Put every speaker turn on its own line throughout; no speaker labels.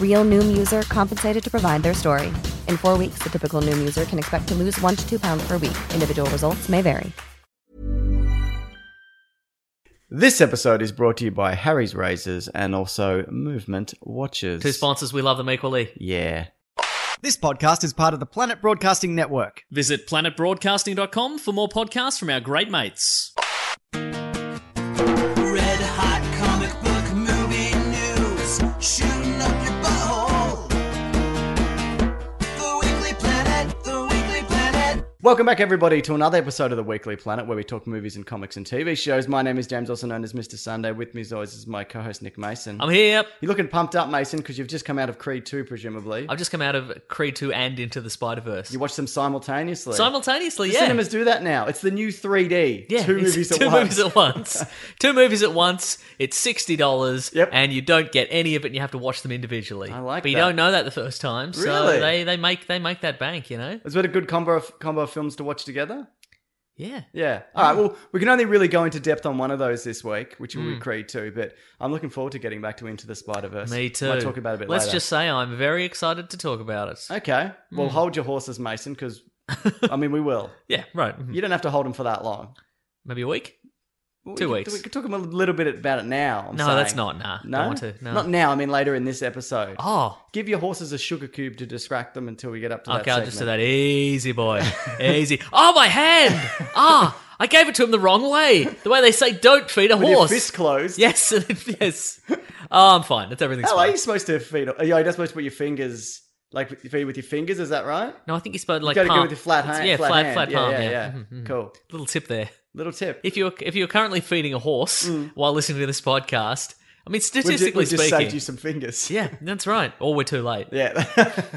Real Noom user compensated to provide their story. In four weeks, the typical Noom user can expect to lose one to two pounds per week. Individual results may vary.
This episode is brought to you by Harry's Razors and also Movement Watches.
Two sponsors, we love them equally.
Yeah.
This podcast is part of the Planet Broadcasting Network.
Visit planetbroadcasting.com for more podcasts from our great mates.
Red hot comic book movie news, shooting up your butthole. The Weekly Planet, the Weekly Planet.
Welcome back, everybody, to another episode of the Weekly Planet where we talk movies and comics and TV shows. My name is James, also known as Mr. Sunday. With me, as always, is my co host Nick Mason.
I'm here.
You're looking pumped up, Mason, because you've just come out of Creed 2, presumably.
I've just come out of Creed 2 and Into the Spider Verse.
You watched them simultaneously.
Simultaneously,
The
yeah.
Cinemas do that now. It's the new 3D.
yeah,
two
it's
movies at
two
once.
movies at once. two movies at once. It's sixty dollars,
Yep.
and you don't get any of it. and You have to watch them individually.
I like
but you
that.
don't know that the first time. So
Really?
they, they make they make that bank, you know.
Is it a good combo of, combo of films to watch together?
Yeah,
Yeah. All
Um,
right. Well, we can only really go into depth on one of those this week, which
Hmm.
will be Creed 2, but I'm looking forward to getting back to Into the Spider Verse.
me too.
We'll talk about it a bit
Let's
later.
just Hmm. say I'm very excited to talk about it.
Okay. Well, hold your horses, Mason, because, I mean, we will.
Yeah, right. Mhm.
You don't have to hold them for that long.
Maybe a week.
We
Two
could-
weeks.
We could talk a little bit about it now. I'm
no,
saying.
that's not. Nah,
No?
don't want to. No.
Not now. I mean, later in this episode.
Oh,
Give your horses a sugar cube to distract them until we get up to
okay,
that
I'll just do
segment.
that. Easy, boy. Easy. Oh, my hand. Ah, I gave it to him the wrong way. The way they say don't feed a
With
horse.
your fist closed.
yes, yes. Oh, I'm fine. That's everything's
How are
fine.
you supposed to feed? Are you supposed to put your fingers, like feed with your fingers? Is that right?
No, I think you spelled like
you gotta
palm.
go with your flat
It's-
hand.
Yeah,
flat,
flat,
hand.
flat
yeah,
palm.
Yeah,
Yeah. Mm-hmm.
yeah. Cool.
Little tip there.
Little tip.
If you're if you're currently feeding a horse
Mm.
while listening to this podcast, I mean
We've ju-
statistically
we've just,
speaking,
saved you some fingers.
yeah, that's right. Or we're too late,
Yeah.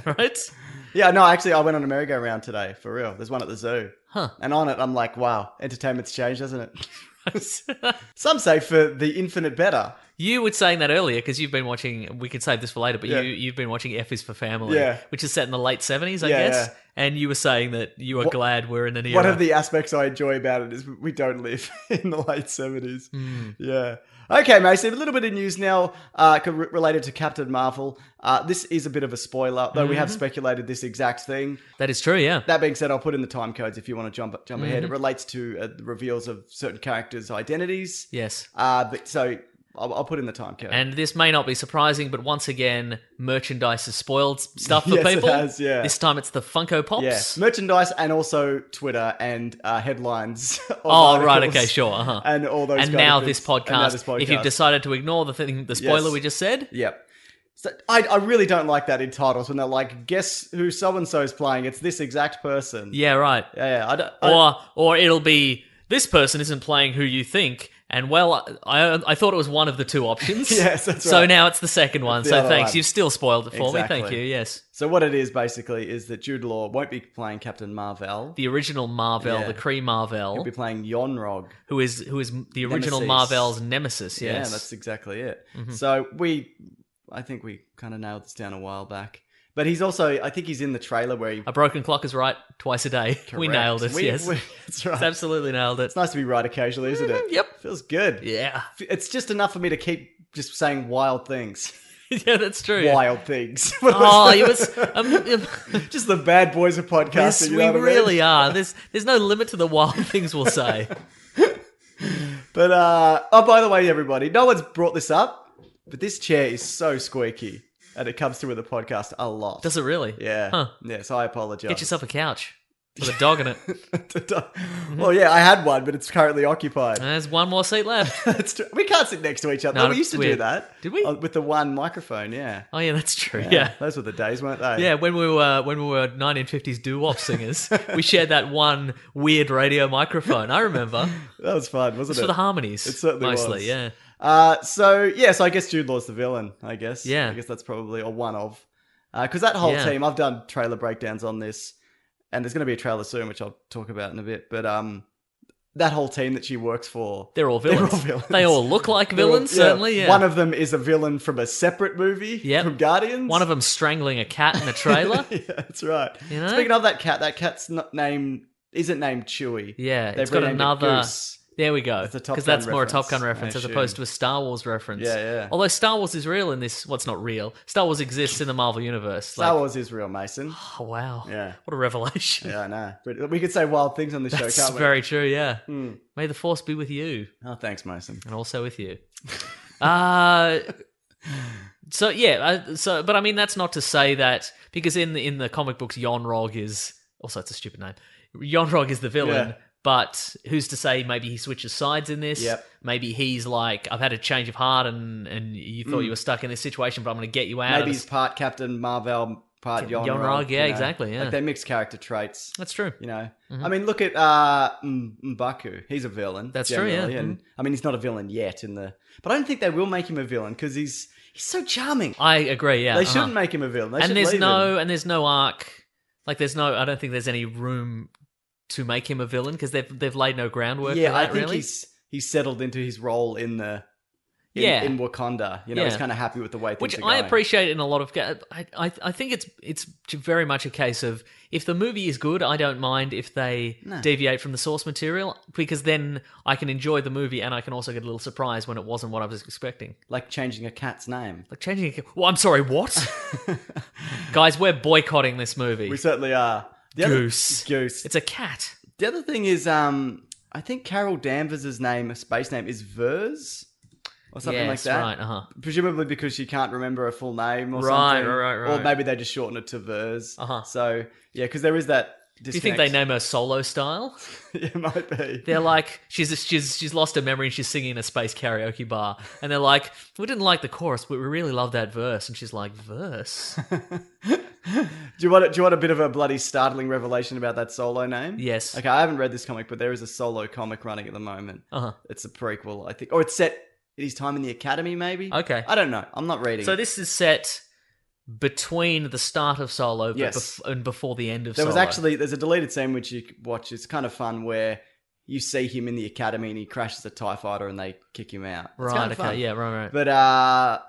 right?
yeah. No, actually, I went on a merry-go-round today for real. There's one at the zoo.
Huh.
And on it, I'm like, wow, entertainment's changed, hasn't it? Some say for the infinite better.
you were saying that earlier because you've been watching. We can save this for later, but
Yeah.
you you've been watching F is for Family,
Yeah.
which is set in the late seventies, I
Yeah,
guess.
yeah.
And you were saying that you are
What-
glad we're in an era.
One of the aspects I enjoy about it is we don't live in the late 70s.
Hmm.
Yeah. Okay, Mason, a little bit of news now uh, co- re- related to Captain Marvel. Uh, this is a bit of a spoiler, though we have
Mm-hmm.
speculated this exact thing.
that is true, yeah.
That being said, I'll put in the time codes if you want to jump jump ahead. It
Mm-hmm.
relates to uh, the reveals of certain characters' identities.
yes.
Uh, but so I'll, I'll put in the time code.
And this may not be surprising, but once again, merchandise has spoiled s- stuff for
Yes, it
people.
has, yeah.
This time it's the Funko Pops.
yeah, merchandise and also Twitter and uh, headlines. of
Oh, right,
articles
okay, sure. Uh-huh.
And all those.
And
kind of
now,
things.
this podcast,
And now this podcast.
If you've decided to ignore the thing, the spoiler we just said,
Yep. So I, I really don't like that in titles when they're like, guess who so and so is playing? It's this exact person.
yeah, right.
Yeah. yeah I don't, I-
Or or it'll be this person isn't playing who you think. And well, I I thought it was one of the two options.
Yes, that's
so
right.
now it's the second one.
the
so
other
thanks.
one.
You've still spoiled it for me. Thank
Exactly.
you. Yes.
so what it is basically is that Jude Law won't be playing Captain Marvel.
The original Marvel,
Yeah.
the Kree
He'll
Marvel,
be playing Yonrog.
who is who is the original
Nemesis.
Marvel's nemesis. Yes. Mm-hmm.
Yeah, that's exactly it. So we, I think we kind of nailed this down a while back. But he's also, I think he's in the trailer where he.
A broken clock is right twice a day. Uh, We
Correct.
nailed it.
We-
yes,
we- that's right.
It's absolutely nailed it.
It's nice to be right occasionally, isn't it?
yep.
Feels good.
Mm-hmm, Yeah,
It's just enough for me to keep just saying wild things.
yeah, that's true.
Wild things.
Oh, it was. Um, um,
just the bad boys of podcasting.
yes,
you
we
know what I mean?
really are. There's there's no limit to the wild things we'll say.
But uh, oh, by the way, everybody, no one's brought this up, but this chair is so squeaky, and it comes through with the podcast a lot.
Does it really?
Yeah.
Huh.
Yeah. So I apologize.
Get yourself a couch. with a dog in it. And
well, yeah, I had one, but it's currently occupied.
there's one more seat left.
It's tr- we can't sit next to each other.
Uh. No,
we used to
it's weird.
do that.
Did we?
Uh, With the one microphone, yeah.
Oh yeah, that's true. Yeah.
Those were the days, weren't they?
Yeah, when we were when we were 1950s doo-wop singers, we shared that one weird radio microphone. I remember.
That was fun, wasn't
It's
it?
for the harmonies.
It certainly
mostly,
was.
yeah.
Uh, so yeah, so I guess Jude Law's the villain. I guess.
Yeah.
I guess that's probably or one of, because that whole
Yeah.
team. I've done trailer breakdowns on this, and there's going to be a trailer soon, which I'll talk about in a bit. But um, that whole team that she works for,
They're all villains.
all villains.
They all look like
they're all-
villains, certainly. Yeah.
One of them is a villain from a separate movie.
Yep.
From Guardians.
One of them strangling a cat in a trailer.
yeah, that's right.
You know?
Speaking of that cat, that cat's not name isn't named Chewie.
Yeah,
They've
it's got
renamed it
another.
Goose.
There we go.
It's a Top
Because that's
Gun
more a Top Gun
reference,
reference
I
as opposed
assume.
to a Star Wars reference.
Yeah, yeah.
Although Star Wars is real in this, what's not real? Star Wars exists in the Marvel universe.
Star
like,
Wars is real, Mason.
Oh wow.
Yeah.
What a revelation.
Yeah, I know. But we could say wild things on this show,
That's
can't we? Hmm.
very true. Yeah. May the force be with you.
Oh, thanks, Mason.
and also with you. uh so yeah, I, so but I mean that's not to say that because in the, in the comic books Yonrog is also it's a stupid name. Yonrog is the villain,
Yeah.
but who's to say maybe he switches sides in this?
Yep.
Maybe he's like I've had a change of heart and and you thought you were stuck in this situation, but I'm going to get you out.
Mm. Maybe
of
he's
this.
part Captain Marvel, part
Yon
Yon
Rogg,
Rogg, you
yeah,
know.
exactly, yeah.
Like they mix character traits.
That's true.
You know,
Mm-hmm.
I mean, look at uh, M- M'Baku. He's a villain.
That's true,
generally,
yeah. Mm-hmm.
And I mean, he's not a villain yet in the, but I don't think they will make him a villain because he's he's so charming.
I agree. Yeah,
they
uh-huh.
shouldn't make him a villain. They should
and there's
leave
no
him.
and there's no arc like there's no i don't think there's any room to make him a villain because they've they've laid no groundwork
Yeah,
for
I
that
think
really
he's he's settled into his role in the in,
Yeah.
in Wakanda. You know,
Yeah.
he's kind of happy with the way things
which
are
i
going.
appreciate in a lot of ca- I, I i think it's it's very much a case of if the movie is good i don't mind if they deviate from the source material because then i can enjoy the movie and i can also get a little surprise when it wasn't what i was expecting
Like changing a cat's name.
like changing a, well i'm sorry what guys we're boycotting this movie
We certainly are. The other-
goose
Goose.
it's a cat
The other thing is, um, I think Carol Danvers' name, her space name, is Vers or something
yes,
like that.
right uh-huh
Presumably because she can't remember her full name or
Right,
something.
right, right.
Or maybe they just shorten it to Vers.
Uh-huh.
So, yeah, because there is that
do you think they
disconnect.
name her solo style
it might be.
They're like, she's she's she's lost her memory and she's singing in a space karaoke bar, and they're like, we didn't like the chorus, but we really love that verse, and she's like, verse,
Do you, want a, do you want a bit of a bloody startling revelation about that solo name?
Yes.
Okay, I haven't read this comic, but there is a solo comic running at the moment.
Uh-huh.
It's a prequel, I think. Or it's set at his time in the academy, maybe?
okay.
I don't know. I'm not reading
So
it.
this is set between the start of Solo, but
Yes.
bef- and before the end of
There
Solo.
was actually there's a deleted scene which you could watch. It's kind of fun where you see him in the academy and he crashes a Tie Fighter and they kick him out. It's
right,
kind of
okay,
fun.
yeah, right, right.
But uh,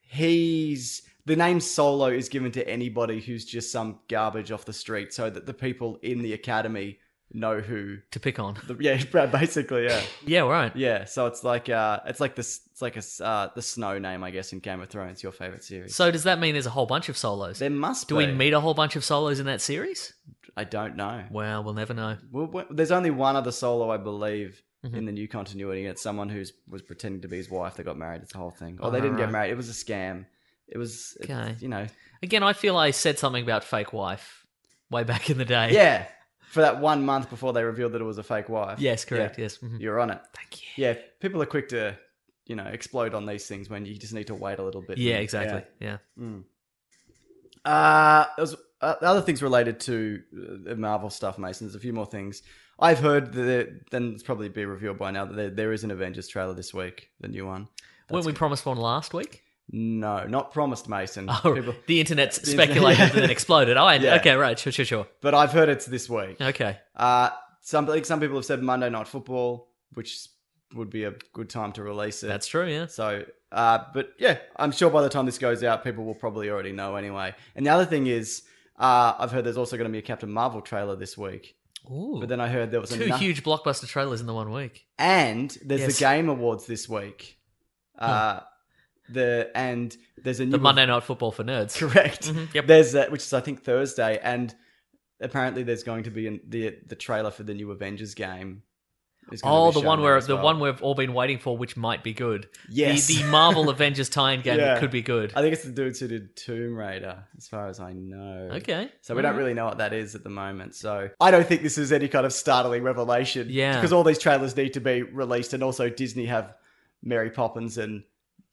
he's the name Solo is given to anybody who's just some garbage off the street, so that the people in the academy know who.
to pick on,
The, yeah, basically, yeah,
yeah, right.
yeah. So it's like uh, it's like this, it's like a s- uh, the Snow name, I guess, in Game of Thrones, your favorite series.
So does that mean there's a whole bunch of solos?
there must
Do
be.
we meet a whole bunch of solos in that series?
I don't know.
Well, we'll never know.
Well, w- there's only one other solo, I believe,
Mm-hmm.
in the new continuity, and it's someone who was pretending to be his wife. They got married. It's the whole thing. Oh, they didn't get
Alright.
married. It was a scam. It was, it-
Okay.
you know,
Again, I feel I said something about fake wife way back in the day.
yeah. For that one month before they revealed that it was a fake wife.
Yes, correct.
Yeah.
Yes. mhm.
You're on it.
Thank you.
Yeah, people are quick to, you know, explode on these things when you just need to wait a little bit.
Yeah,
And-
exactly. yeah.
Uh, there was, uh, the other things related to uh, the Marvel stuff, Mason. There's a few more things. I've heard that, there- then it's probably be revealed by now that there, there is an Avengers trailer this week, the new one.
Weren't we promised one last week?
No, not promised, Mason.
Oh,
People-
the internet's
internet-
speculated
yeah.
and then exploded. Oh, I,
Yeah.
okay, right, sure, sure, sure.
but I've heard it's this week.
Okay,
Uh, some like some people have said Monday Night Football, which would be a good time to release it.
that's true. Yeah,
So, uh, but yeah, I'm sure by the time this goes out, people will probably already know anyway. And the other thing is, uh, I've heard there's also going to be a Captain Marvel trailer this week.
Ooh,
But then I heard there was
two
ano-
huge blockbuster trailers in the one week.
and there's
Yes.
the Game Awards this week. Uh, the and there's a new
The Monday Night Football for nerds.
Correct.
Mhm, yep.
There's that, which is I think Thursday, and apparently there's going to be an, the the trailer for the new Avengers game. is gonna
Oh,
be
the one
shown
where
as
the
well.
one we've all been waiting for, which might be good.
Yes.
the, the Marvel Avengers tie-in game
Yeah.
that could be good.
I think it's the dudes who did Tomb Raider, as far as I know.
Okay.
So we don't really know what that is at the moment. So I don't think this is any kind of startling revelation.
Yeah.
Because all these trailers need to be released, and also Disney have Mary Poppins and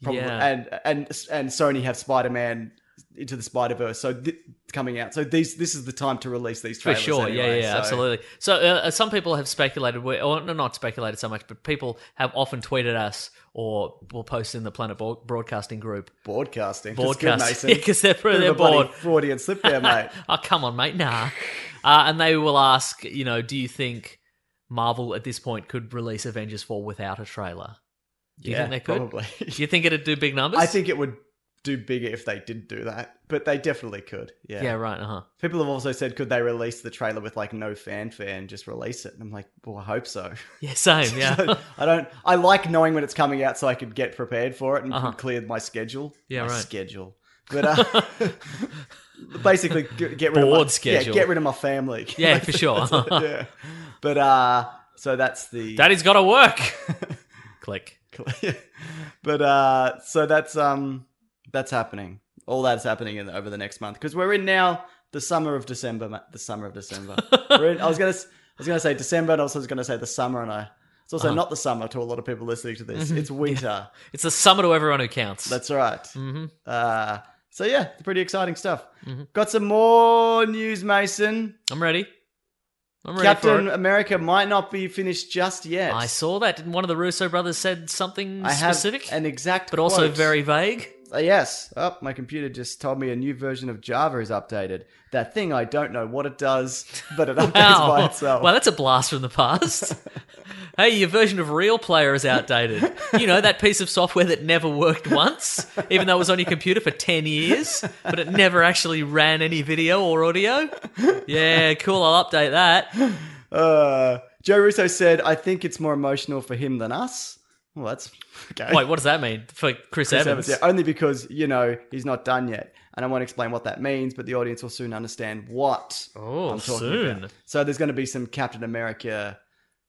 probably
Yeah.
and and and Sony have Spider Man into the Spider Verse. So th- coming out. So these this is the time to release these
For
trailers.
sure, yeah,
anyway,
yeah,
so-
absolutely. So uh, some people have speculated, we- or no, not speculated so much, but people have often tweeted us or will post in the Planet Bo- Broadcasting group.
Broadcasting. That's good,
Broadcasting,
Mason.
because they're,
Bit of
they're
a bloody
bored.
Freudian slip there, mate.
oh, come on, mate, nah. Uh, and they will ask, you know, do you think Marvel at this point could release Avengers 4 without a trailer? Do you
yeah,
think they could?
Probably.
Do you think it'd do big numbers?
I think it would do bigger if they did do that, but they definitely could. Yeah.
Yeah, right, uh huh.
People have also said, could they release the trailer with like no fanfare and just release it? And I'm like, well, I hope so.
Yeah, same, yeah.
I don't. I like knowing when it's coming out so I could get prepared for it and
Uh-huh.
clear my schedule.
Yeah,
my
right.
Schedule, but uh, basically g- get rid of my,
Bored schedule.
Yeah, get rid of my family.
Yeah, for sure. uh-huh.
yeah, but uh, so that's the
Daddy's got to work. Click.
but uh so that's um that's happening all that's happening in, over the next month because we're in now the summer of december ma- the summer of december we're in, i was gonna s- i was gonna say december and also was gonna say the summer and i it's also
Uh-huh.
not the summer to a lot of people listening to this
Mm-hmm.
it's winter
It's the summer to everyone who counts.
that's right
Mm-hmm.
uh so yeah it's pretty exciting stuff got some more news mason
I'm ready. I'm ready
captain
for it.
america might not be finished just yet
I saw that. Didn't one of the Russo brothers said something
I have
specific,
an exact
but also
quote.
very vague?
Uh, yes. Oh, my computer just told me a new version of Java is updated. That thing I don't know what it does, but it updates by
Wow.
itself.
Oh. Well, that's a blast from the past. hey, your version of Real Player is outdated. You know, that piece of software that never worked once, even though it was on your computer for 10 years, but it never actually ran any video or audio. Yeah, cool. I'll update that.
uh, Joe Russo said, "I think it's more emotional for him than us." Well, that's okay.
Wait, what does that mean for Chris,
Chris
Evans?
Evans, yeah, only because you know he's not done yet, and I won't explain what that means, but the audience will soon understand what
Oh,
I'm talking
soon.
about. So there's going to be some Captain America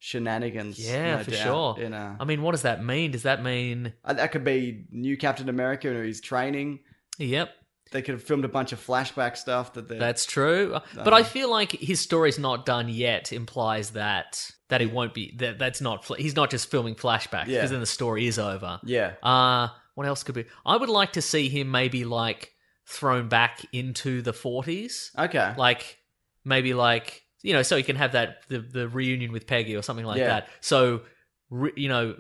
shenanigans.
Yeah,
no
for
doubt,
sure. Um,
In a,
I mean, what does that mean? Does that mean.
uh, that could be new Captain America who he's training.
Yep.
They could have filmed a bunch of flashback stuff that they
That's true. but
Um,
I feel like his story's not done yet implies that that he won't be that that's not fl- he's not just filming flashbacks because
Yeah.
then the story is over.
Yeah.
Uh what else could be? I would like to see him maybe like thrown back into the 40s.
Okay.
Like maybe like you know so he can have that the the reunion with Peggy or something like
Yeah.
that. So re- you know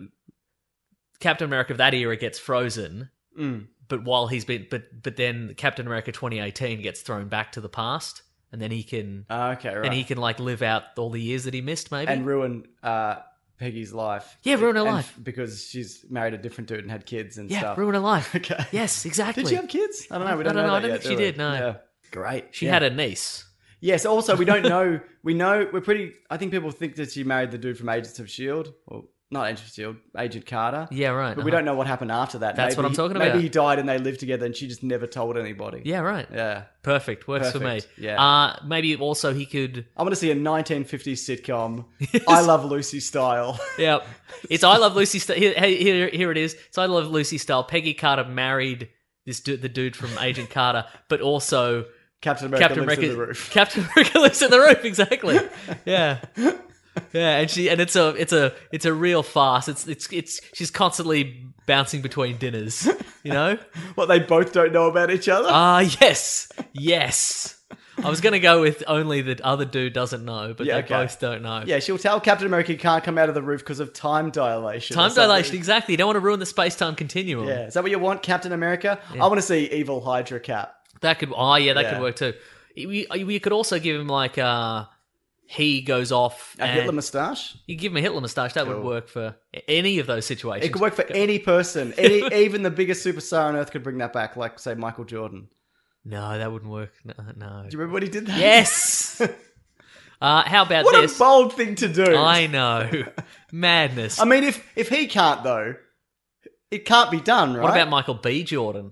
Captain America of that era gets frozen
Mm.
but while he's been but but then Captain America 2018 gets thrown back to the past and then he can
Ah, okay, right.
and he can like live out all the years that he missed maybe
And ruin uh, Peggy's life.
Yeah, ruin her
And-
life.
because she's married a different dude and had kids and
yeah
stuff.
ruin her life
Okay.
yes exactly
Did she have kids? I don't know. We
I
don't
don't
know.
know,
that
I don't
yet,
think she
do we?
did, no.
Yeah. Great.
she had a niece
Yes. Also, we don't know. We know we're pretty. I think people think that she married the dude from Agents of Shield, or not Agents of Shield, E Agent Carter.
yeah right
But we
uh-huh.
don't know what happened after that.
That's
Maybe
what I'm
he-
talking
Maybe
about.
he died and they lived together, and she just never told anybody.
yeah right
Yeah.
perfect works
Perfect,
for me
yeah.
uh maybe also he could
I want to see a 1950s sitcom, I Love Lucy style.
yeah it's I love Lucy st- here, hey, here here it is it's I love Lucy style Peggy Carter married this du- the dude from Agent Carter but also
Captain America
Captain
lives
America,
in the roof.
Captain America lives in the roof. Exactly. Yeah. Yeah, and she and it's a it's a it's a real farce. It's it's it's she's constantly bouncing between dinners. You know.
What they both don't know about each other.
Ah, yes, yes. I was gonna go with only the other dude doesn't know, but
Yeah,
they
okay.
both don't know.
yeah, she'll tell Captain America he can't come out of the roof because of time dilation. or
Time
something.
dilation, exactly. You don't want to ruin the space time continuum.
Yeah, is that what you want, Captain America? I want to see evil Hydra Cap.
That could oh yeah, that
Yeah.
could work too. We, we could also give him like uh he goes off
A
and
Hitler moustache.
you give him a Hitler moustache. That would
Cool.
work for a- any of those situations.
It could work for any person. Any, even the biggest superstar on earth could bring that back, like say Michael Jordan.
No, that wouldn't work. No. no.
Do you remember when he did that?
Yes. uh, how about
What
this?
a bold thing to do.
I know. Madness.
I mean, if if he can't though, it can't be done, right?
what about Michael B. Jordan?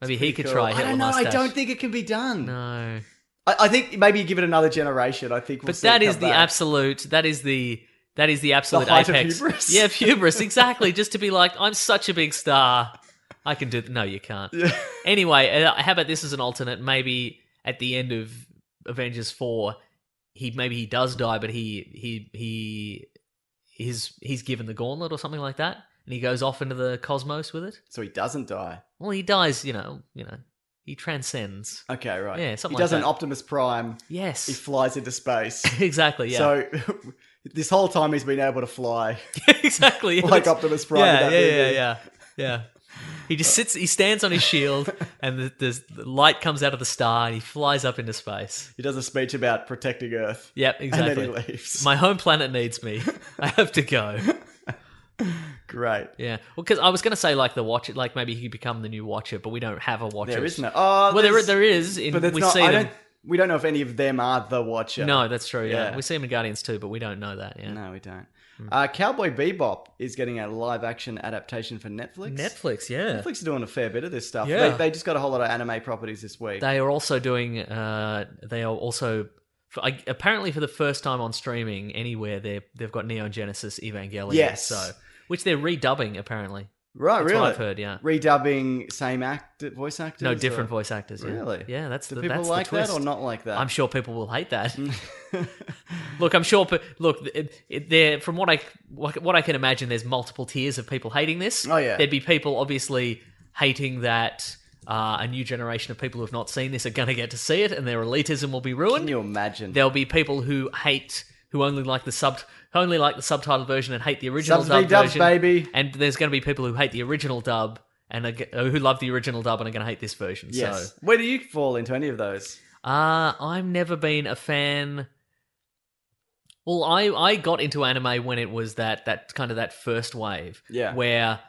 Maybe he could try
I
a Hitler
don't know.
mustache.
I don't think it can be done.
No.
I, I think maybe give it another generation. I think, we'll
But
see
that
it
is
come
the
back.
absolute. That is the That is the absolute
height of
apex.
hubris.
Yeah, of hubris. Exactly. Just to be like, I'm such a big star. I can do. Th- no, you can't. Anyway, uh, how about this as an alternate? Maybe at the end of Avengers Four, he maybe he does die, but he he he he's he's given the gauntlet or something like that, and he goes off into the cosmos with it.
So he doesn't die.
Well, he dies. You know. You know. He transcends.
Okay, right.
Yeah, something
he
like
does an
that.
Optimus Prime.
Yes.
He flies into space.
exactly. Yeah.
So this whole time he's been able to fly
exactly. yeah,
like
that's-
Optimus Prime. in
yeah,
that
yeah,
movie.
yeah, yeah, yeah. He just sits. He stands on his shield, and the, the, the light comes out of the star, and he flies up into space.
He does a speech about protecting Earth.
Yep, exactly.
And then he leaves.
My home planet needs me. I have to go.
Great.
Yeah. Well, because I was going to say like the Watcher, like maybe he could become the new Watcher, but we don't have a Watcher.
There is no. Oh,
Well, there
there's-
there is. In,
But that's
we
not.
see
I
them.
don't. We don't know if any of them are the Watcher.
No, that's true. Yeah.
Yeah.
we see him in Guardians too, but we don't know that. Yeah.
No, we don't.
Hmm.
Uh, Cowboy Bebop is getting a live action adaptation for Netflix.
Netflix. Yeah.
Netflix are doing a fair bit of this stuff.
Yeah.
They, they just got a whole lot of anime properties this week.
They are also doing. Uh, they are also for, I, apparently for the first time on streaming anywhere. They they've got Neo Genesis Evangelion.
Yes.
So which they're redubbing apparently.
right,
That's
really?
what I've heard. Yeah.
Redubbing same act, voice actors?
No different
or-
voice actors. Yeah.
uh, Really?
Yeah. That's
Do
the
people
that's
like
the
that
twist.
or not Mm. like that?
I'm sure people will hate that. look, I'm sure. pe- Look, it, it, there from what I what I can imagine, there's multiple tiers of people hating this.
Oh, yeah.
there'd be people obviously hating that. Uh, a new generation of people who have not seen this are going to get to see it, and their elitism will be ruined.
Can you imagine?
There'll be people who hate, who only like the sub, who only like the subtitled version and hate the original
Subs
dub
be dubs,
version.
baby.
And there's going to be people who hate the original dub and are, g- who love the original dub and are going to hate this version.
Yes.
So,
Where do you fall into any of those?
uh, I've never been a fan. Well, I I got into anime when it was that that kind of that first wave,
Yeah.
where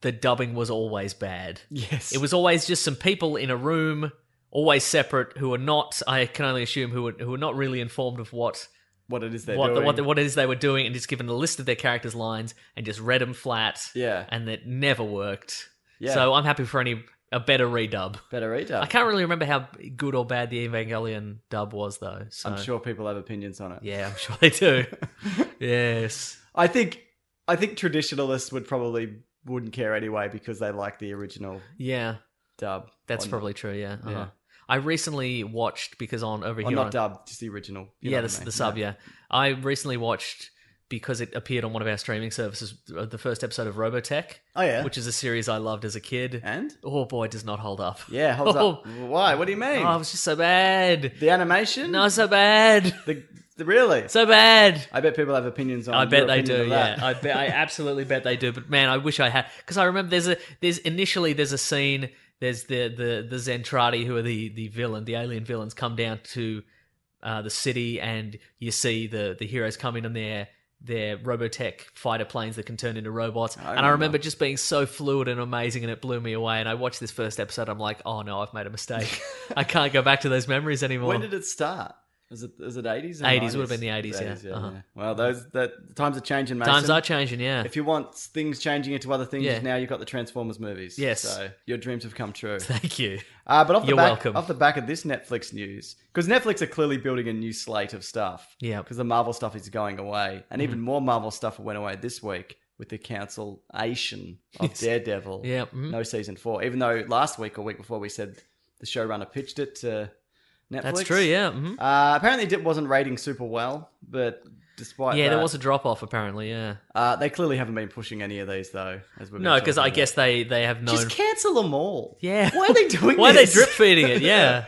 the dubbing was always bad.
Yes.
It was always just some people in a room, always separate, who are not. I can only assume who are, who are not really informed of what
what it is they're
what, the,
doing.
what, the, what it is they were doing and just given a list of their characters' lines and just read them flat.
Yeah.
And that never worked.
Yeah.
So I'm happy for any a better redub.
Better redub.
I can't really remember how good or bad the Evangelion dub was though. So.
I'm sure people have opinions on it.
Yeah, I'm sure they do. yes.
I think I think traditionalists would probably wouldn't care anyway because they like the original
Yeah.
dub.
That's
On-
probably true, yeah. Uh-huh.
Yeah.
I recently watched because on over
or
here
not
on-
dub, just the original. you
yeah,
know
the,
what I mean.
the sub. Yeah. I recently watched because it appeared on one of our streaming services uh, the first episode of Robotech,
Oh yeah.
which is a series I loved as a kid.
and
oh boy, it does not hold up.
yeah, holds up. Why? What do you mean?
Oh, it was just so bad.
the animation?
No, so bad,
The, the really?
so bad.
I bet people have opinions on.
I bet
Oh, your
they
opinion
do.
of
Yeah,
that.
I bet I absolutely bet they do. But man, I wish I had because I remember there's a there's initially there's a scene there's the the the Zentradi who are the the villain the alien villains come down to uh, the city and you see the the heroes come in on their their Robotech fighter planes that can turn into robots. and I remember just being so fluid and amazing and it blew me away. And I watched this first episode. I'm like, oh no, I've made a mistake. I can't go back to those memories anymore.
When did it start? Was it was it eighties?
80s, would have been the 80s, yeah. Uh-huh.
Well, those that times are changing. Mason.
Times are changing, yeah.
If you want things changing into other things,
Yeah.
now you've got the Transformers movies.
Yes.
So your dreams have come true.
Thank you.
Uh, but off the
You're
back,
welcome.
off the back of this Netflix news, because Netflix are clearly building a new slate of stuff.
Yeah.
Because the Marvel stuff is going away, and even
Mm-hmm.
more Marvel stuff went away this week with the cancellation of Daredevil.
Yeah, mhm.
No season four, even though last week or week before we said the showrunner pitched it to Netflix.
That's true, yeah. mhm.
Uh, apparently, it wasn't rating super well, but despite
yeah,
that,
there was a drop off apparently. Yeah,
uh, they clearly haven't been pushing any of these though. As we've been
no, because
talking
I
about.
guess they they have known.
just cancel them all.
Yeah.
why are they doing?
Why are they
this?
drip feeding it? Yeah.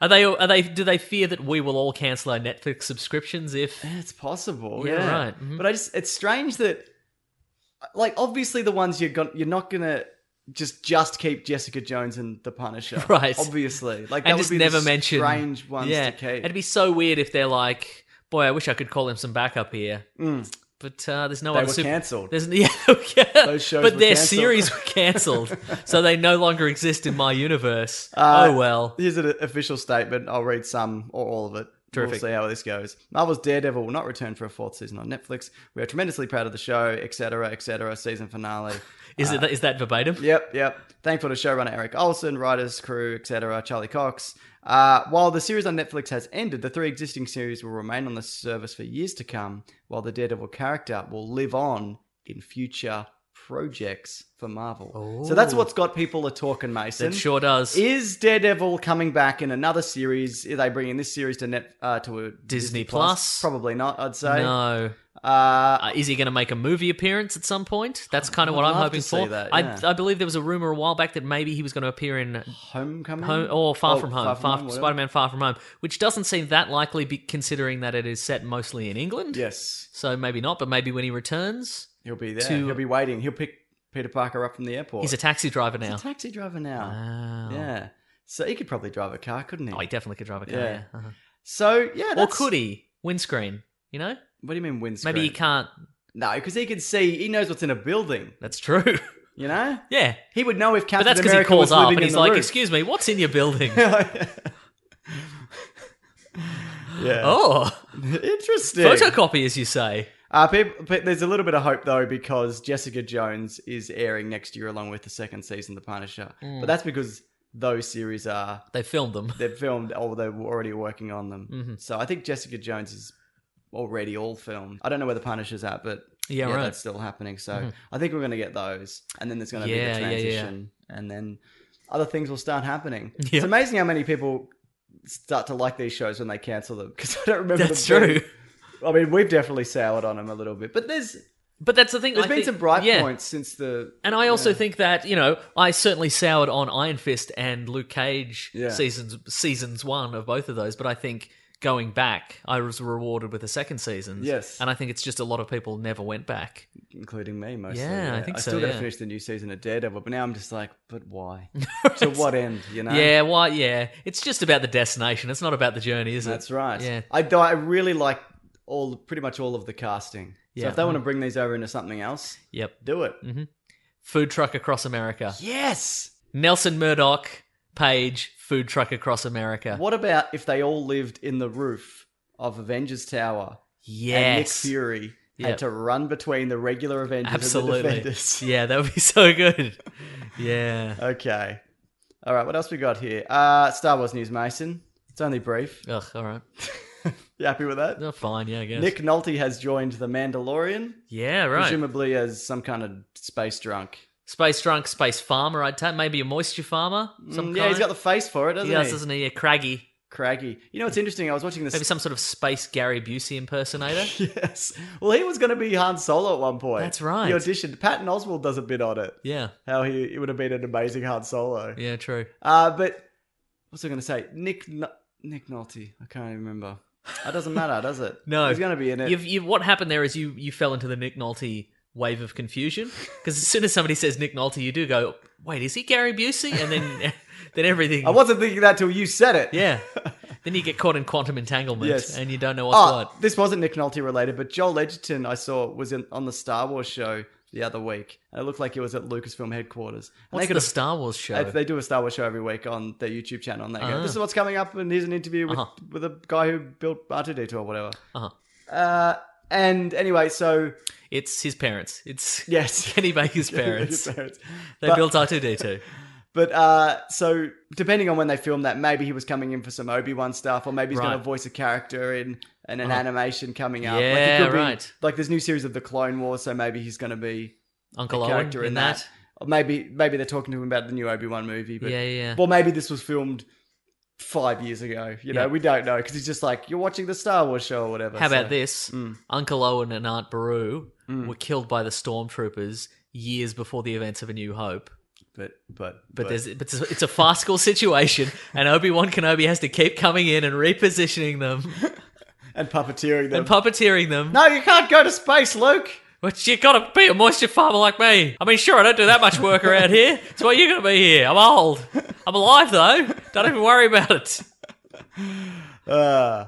Are they? Are they? Do they fear that we will all cancel our Netflix subscriptions if?
It's possible. Yeah,
Yeah, right, mhm.
But I just it's strange that like obviously the ones you're gon- you're not gonna just just keep Jessica Jones and the Punisher.
Right.
Obviously. Like that
and
would
just
be
never
the
mention
strange ones
yeah,
to keep.
it'd be so weird if they're like, "Boy, I wish I could call him some backup here,"
Mm.
but uh, there's no
They
other
were
super-
cancelled.
There's yeah, okay.
Those shows
but
were
their
cancelled.
series were cancelled, so they no longer exist in my universe.
Uh,
oh well.
Here's an official statement. I'll read some or all of it.
Terrific.
We'll see how this goes. Marvel's Daredevil will not return for a fourth season on Netflix. We are tremendously proud of the show, etc., etc. Season finale.
Is
Uh,
it is that verbatim?
Yep, yep. Thankful to showrunner Eric Olson, writers, crew, etc., Charlie Cox. Uh, while the series on Netflix has ended, the three existing series will remain on the service for years to come, while the Daredevil character will live on in future projects for Marvel. So that's what's got people a talking, Mason.
That sure does.
Is Daredevil coming back in another series? Are they bringing this series to net uh, to a Disney,
Plus?
Probably not. I'd say. Uh,
no. Uh, is he going to make a movie appearance at some point? That's kind of what I'm
love to
hoping
see
for.
that, yeah.
I, I believe there was a rumor a while back that maybe he was going to appear in
Homecoming
Home or Far
Oh,
From Home, Far from
whatever.
Spider-Man Far From Home, which doesn't seem that likely, be, considering that it is set mostly in England.
Yes,
So maybe not, but maybe when he returns,
he'll be there.
To-
He'll be waiting. He'll pick Peter Parker up from the airport.
he's a taxi driver now.
He's a taxi driver now.
wow.
Yeah. So he could probably drive a car, couldn't he?
Oh, he definitely could drive a car.
Yeah.
Yeah. Uh-huh.
so yeah.
Or
That's,
could he? Windscreen. You know,
What do you mean windscreen?
maybe he can't.
No, because he can see. He knows what's in a building.
That's true.
You know.
yeah.
He would know if
But
Captain
that's because he
America
calls
was
up
living
and
in
he's
the
like,
roof.
"Excuse me, what's in your building?"
yeah.
oh,
Interesting.
photocopy, as you say.
Uh, peop pe- there's a little bit of hope though because Jessica Jones is airing next year along with the second season of The Punisher,
Mm.
but that's because those series are
They filmed them.
they're filmed or they're already working on them.
Mm-hmm.
So I think Jessica Jones is already all filmed. I don't know where The Punisher's at, but
Yeah, right. Mm-hmm.
that's still happening. So I think we're going to get those, and then there's going to
Yeah,
be
yeah,
the
yeah.
transition, and then other things will start happening. It's
Yeah.
amazing how many people start to like these shows when they cancel them because I don't remember.
That's
them being-
true.
I mean, we've definitely soured on them a little bit, but there's
But that's the thing.
there's
I
been
think-
some bright
yeah.
points since the.
And I also think that you know I certainly soured on Iron Fist and Luke Cage
Yeah.
seasons seasons one of both of those, but I think going back I was rewarded with the second season.
Yes.
and I think it's just a lot of people never went back.
including me mostly.
Yeah, I think so,
still got to
yeah.
finish the new season of Daredevil, but now I'm just like, but why? to what end? You know.
Yeah, why? yeah, it's just about the destination. It's not about the journey, is it?
That's right.
Yeah,
I though I really like all pretty much all of the casting. So
Yeah. Mm-hmm.
if they want to bring these over into something else,
yep.
do it.
Food truck across America.
Yes.
Nelson Murdoch, Page, food truck across America.
What about if they all lived in the roof of Avengers Tower and Nick
Yes,
Fury
Yep.
had to run between the regular Avengers and the
absolutely.
Defenders?
Yeah, that would be so good. Yeah.
Okay. All right. What else we got here? Uh, Star Wars news, Mason. It's only brief.
Ugh. All right.
You happy with that?
Oh, fine. Yeah, I guess.
Nick Nolte has joined the Mandalorian,
Yeah, right.
presumably as some kind of space drunk.
Space drunk, space farmer. I'd take maybe a moisture farmer. Some
Mm, yeah, he's got
kind.
the face for it, doesn't
He
he?
does, doesn't he? Yeah, craggy.
Craggy. You know what's interesting? I was watching this.
Maybe some sort of space Gary Busey impersonator.
yes. Well, he was going to be Han Solo at one point.
That's right.
He auditioned. Patton Oswald does a bit on it.
yeah,
How he it would have been an amazing Han Solo.
yeah, true.
Uh, but what's I going to say? Nick N- Nick Nolte. I can't even remember. That doesn't matter, does it?
No,
he's going to be in it.
You've, you've, what happened there is you you fell into the Nick Nolte wave of confusion because as soon as somebody says Nick Nolte, you do go, wait, is he Gary Busey? And then then everything.
I wasn't thinking that till you said it.
yeah. Then you get caught in quantum entanglement
Yes.
and you don't know what's
Oh,
what.
this wasn't Nick Nolte related, but Joel Edgerton I saw was in, on the Star Wars show the other week, and it looked like it was at Lucasfilm headquarters. And
What's
they could
the
have
Star Wars show?
They, they do a Star Wars show every week on their YouTube channel, and they go, "This is what's coming up," and here's an interview with,
Ah. Uh-huh.
with a guy who built R two D two or whatever.
Uh-huh.
Uh, and anyway, so
It's his parents. It's
yes,
Kenny Baker's parents.
parents.
They
But-
built R two D two.
But uh, so depending on when they filmed that, maybe he was coming in for some Obi Wan stuff, or maybe he's going
Right. Uh-huh.
to voice a character in, in an animation coming up. like,
Yeah,
it could be,
right.
Like this new series of the Clone Wars, so maybe he's going to be a
Uncle Owen
character
in,
in
that.
Or maybe maybe they're talking to him about the new Obi Wan movie. But,
Yeah, yeah.
Well, maybe this was filmed five years ago. You know,
Yeah.
we don't know because he's just like you're watching the Star Wars show or whatever.
How about
so- mm.
this? Uncle Owen and Aunt Beru were killed by the stormtroopers years before the events of A New Hope.
But but
But, there's, but it's, a, it's a farcical situation, and Obi Wan Kenobi has to keep coming in and repositioning them
and puppeteering them.
and puppeteering them.
no, you can't go to space, Luke.
But you gotta be a moisture farmer like me. I mean, sure, I don't do that much work around here. That's why you're gonna be here. I'm old. I'm alive though. Don't even worry about it.
Uh,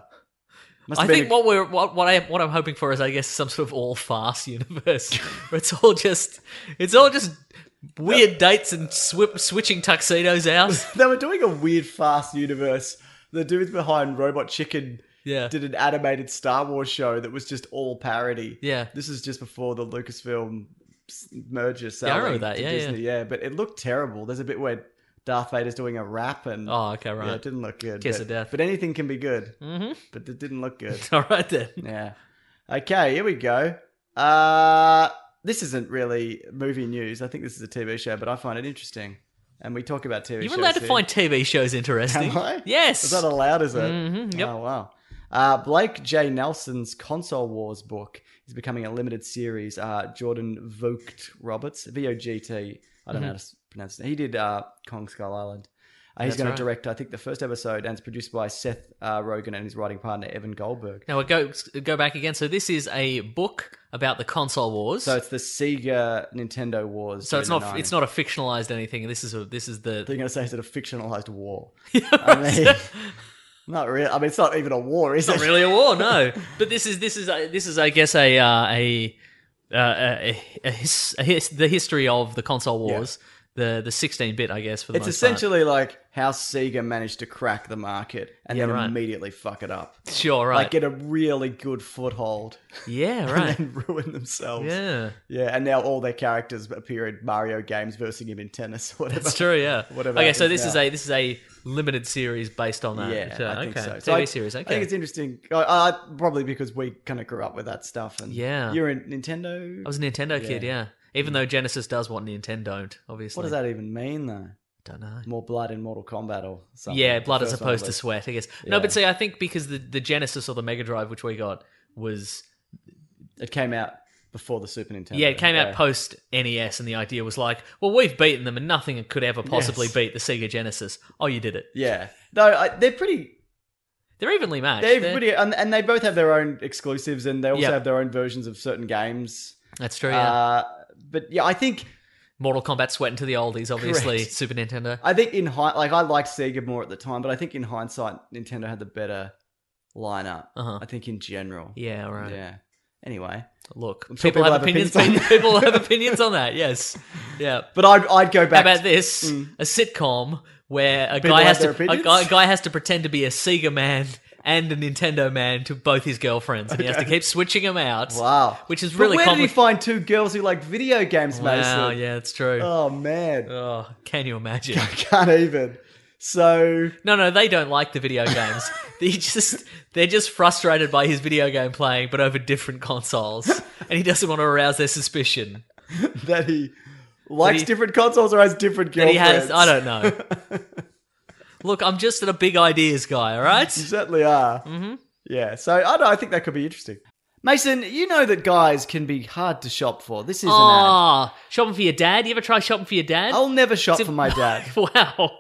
must
I
have been
think
a-
what we're what, what I what I'm hoping for is I guess some sort of all farce universe where it's all just it's all just weird dates and swi- switching tuxedos out.
They were doing a weird fast universe. The dudes behind Robot Chicken
Yeah.
did an animated Star Wars show that was just all parody.
Yeah.
This is just before the Lucasfilm s- merger
I remember
selling
that.
to
Yeah,
Disney. Yeah. but it looked terrible. There's a bit where Darth Vader's doing a rap and
Oh, okay,
yeah, it
right.
didn't look good.
Kiss
but,
of death.
But anything can be good. Mm-hmm. But it didn't look good.
All right then.
yeah. Okay, here we go. Uh this isn't really movie news. I think this is a TV show, but I find it interesting. And we talk about TV shows.
You're allowed to
here.
find TV shows interesting.
Am I?
Yes.
Is that allowed? Is it?
Mhm, yep.
Oh wow. Uh, Blake J. Nelson's Console Wars book is becoming a limited series. Uh, Jordan Vogt Roberts, V O G T. I don't know how to
Mm-hmm.
s- pronounce it. He did uh, Kong Skull Island. Uh, he's
That's
going
right.
to direct, I think, the first episode, and it's produced by Seth uh, Rogen and his writing partner Evan Goldberg.
Now we go go back again. So this is a book about the console wars.
So it's the Sega Nintendo Wars.
So it's
during
not
the 90s.
it's not a fictionalized anything. This is a this is
They're
the
going to say it's a fictionalized war. I mean, not really. I mean, it's not even a war, is
not
it?
really a war, no. But this is this is uh, this is I guess a uh, a, uh, a, a, his, a his, the history of the console wars. The the 16 bit I guess for the
It's
most
essentially like how Sega managed to crack the market and
Yeah,
then
right.
immediately fuck it up.
part. sure right
Like get a really good foothold
yeah
and
right
then ruin themselves.
yeah
Yeah, and now all their characters appear in Mario games versing him in tennis or whatever.
that's true yeah
Whatever
okay so
happens
this is
now.
a this is a limited series based on that
Yeah,
So,
I think
okay
so.
TV
I-
series okay
I think it's interesting. Uh, uh, probably because we kind of grew up with that stuff. And
Yeah.
you're in Nintendo.
I was a Nintendo kid yeah even though Genesis does what Nintendo don't obviously
Hmm. what does that even mean, though?
don't know
More blood in Mortal Kombat or something?
Yeah,
The
blood as
first one of
opposed to
those.
sweat, I guess. No,
Yeah.
but see, I think because the, the Genesis or the Mega Drive, which we got, was
It came out before the Super Nintendo.
yeah, it came out post NES, and the idea was like, well, we've beaten them, and nothing could ever possibly
Yes.
beat the Sega Genesis. Oh, you did it.
Yeah. No, I, they're pretty
They're evenly matched.
They've
They're-
pretty, and, and they both have their own exclusives, and they also
Yeah.
have their own versions of certain games.
That's true. Yeah.
Uh, but yeah, I think
Mortal Kombat Sweat into the oldies, obviously.
Correct.
Super Nintendo.
I think in hindsight, like I liked Sega more at the time, but I think in hindsight, Nintendo had the better lineup.
Uh-huh.
I think in general,
Yeah, right.
yeah. Anyway,
Look,
I'm
people,
sure people
have
have
opinions.
opinions on
people have opinions on that. Yes. Yeah.
but I'd I'd go
How
back.
about this? A sitcom where a
Mm. People
guy
have
has to
their
a
opinions?
guy, a guy has to pretend to be a Sega man and a Nintendo man to both his girlfriends, and he has to keep switching them out.
wow,
which is
But
really
where did he
compli-
find two girls who like video games,
Wow,
Mason?
yeah, that's true. Oh.
Oh man,
can you imagine?
can't even. So
No, no, they don't like the video games. they just they're just frustrated by his video game playing, but over different consoles, and he doesn't want to arouse their suspicion.
that he likes
he-
different consoles or has different
That he
girlfriends.
has, I don't know. Look, I'm just a big ideas guy, all right?
You certainly are. Mm-hmm. Yeah. So I know. I think that could be interesting. Mason, you know that guys can be hard to shop for. This is an ad.
Ah, shopping for your dad. You ever try shopping for your dad?
I'll never shop
It's a-
for my dad,
wow.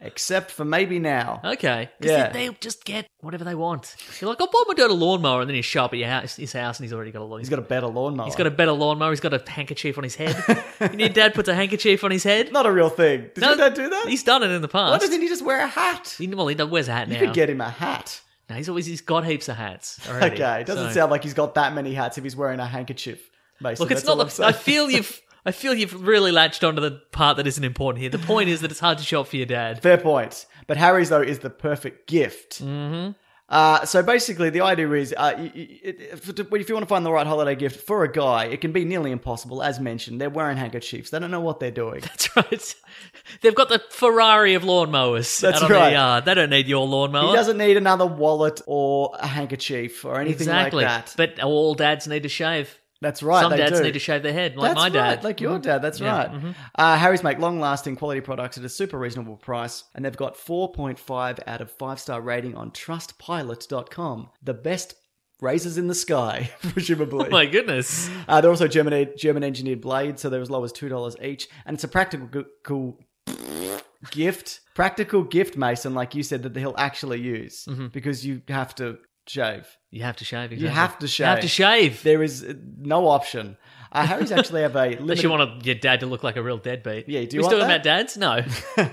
except for maybe now.
Okay. 'Cause
Yeah.
they, they just get whatever they want. You're like, I bought my dad a lawnmower, and then you show up at your house, his house, and he's already got a lawnmower.
He's got a better lawnmower.
he's got a better lawnmower. He's got a handkerchief on his head. and your dad puts a handkerchief on his head.
not a real thing. Did
No,
your dad do that?
He's done it in the
Why
past.
doesn't he just wear a hat?
He, well, he does- wears a hat
You
now.
could get him a hat.
no, he's always he's got heaps of hats. Already,
Okay, it doesn't
so-
sound like he's got that many hats if he's wearing a handkerchief. Mason,
Look, it's
that's all
not.
I'm
The, I
saying.
feel you've. I feel you've really latched onto the part that isn't important here. The point is that it's hard to shop for your dad.
Fair point. But Harry's though is the perfect gift. Mm-hmm. Uh, so basically, the idea is, uh, y- y- it- if, if you want to find the right holiday gift for a guy, it can be nearly impossible. As mentioned, they're wearing handkerchiefs; they don't know what they're doing.
That's right. They've got the Ferrari of lawnmowers
That's
out on
right.
their yard. They don't need your lawnmower.
He doesn't need another wallet or a handkerchief or anything
exactly.
like that.
But all dads need to shave.
That's right.
Some
they
dads
do.
need to shave their head, like
that's
my dad. Mm-hmm.
right, like your dad. That's right. Uh, Harry's make long-lasting quality products at a super reasonable price, and they've got 4.5 out of 5-star rating on trustpilot.com. The best razors in the sky, presumably.
Oh my goodness.
Uh, they're also German German engineered blades, so they're as low as two dollars each, and it's a practical g- cool gift. Practical gift, Mason, like you said, that he'll actually use
Mm-hmm.
because you have to shave.
You have to shave.
You
Exactly.
have to shave.
You have to shave.
There is uh, no option. Uh, Harry's actually have a
Unless
limited.
you want your dad to look like a real deadbeat.
Yeah, do you
we
want
still
that?
about dads? No,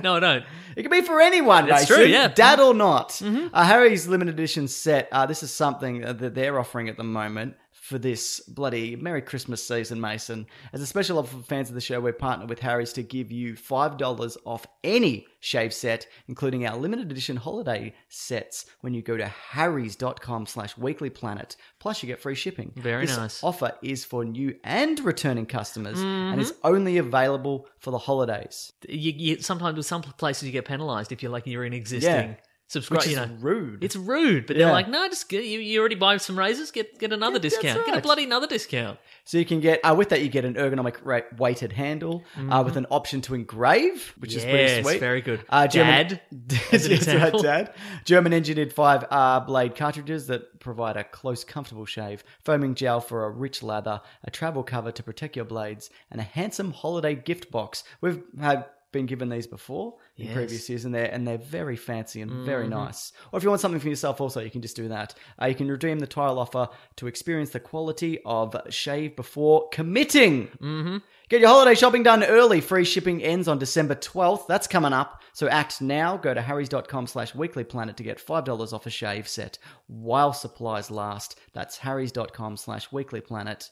no, I don't.
It can be for anyone,
That's
Mason,
true, yeah. Mm-hmm.
Dad or not. Uh, Harry's limited edition set, uh, this is something uh, that they're offering at the moment. for this bloody Merry Christmas season, Mason. As a special offer for fans of the show, we're partnered with Harry's to give you $5 off any shave set, including our limited edition holiday sets, when you go to harrys.com slash weeklyplanet. Plus, you get free shipping.
Very
This
nice. Mm-hmm.
offer is for new and returning customers and is only available for the holidays,
You, you sometimes with some places you get penalised if you're like you're an existing
Yeah.
subscriber.
which
You
is
know,
rude.
it's rude, but
Yeah.
they're like, no, just get, you, you already buy some razors, get get another
Get- that's
discount, get a
right.
bloody another discount.
So you can get uh, with that you get an ergonomic ra- weighted handle uh, with an option to engrave, which is pretty
Mm-hmm. Yes,
sweet.
very good.
Uh,
Dad, as an
Yes, right,
example.
Dad. German engineered five R blade cartridges that provide a close, comfortable shave, foaming gel for a rich lather, a travel cover to protect your blades, and a handsome holiday gift box. We've had been given these before in
Yes. Mm-hmm.
previous years, and they're and they're very fancy and very nice. Or if you want something for yourself, also you can just do that. Uh, you can redeem the trial offer to experience the quality of shave before committing.
Mm-hmm.
Get your holiday shopping done early. Free shipping ends on December 12th. That's coming up. So act now. Go to harrys.com slash weeklyplanet to get $5 off a shave set while supplies last. That's harrys.com slash weeklyplanet.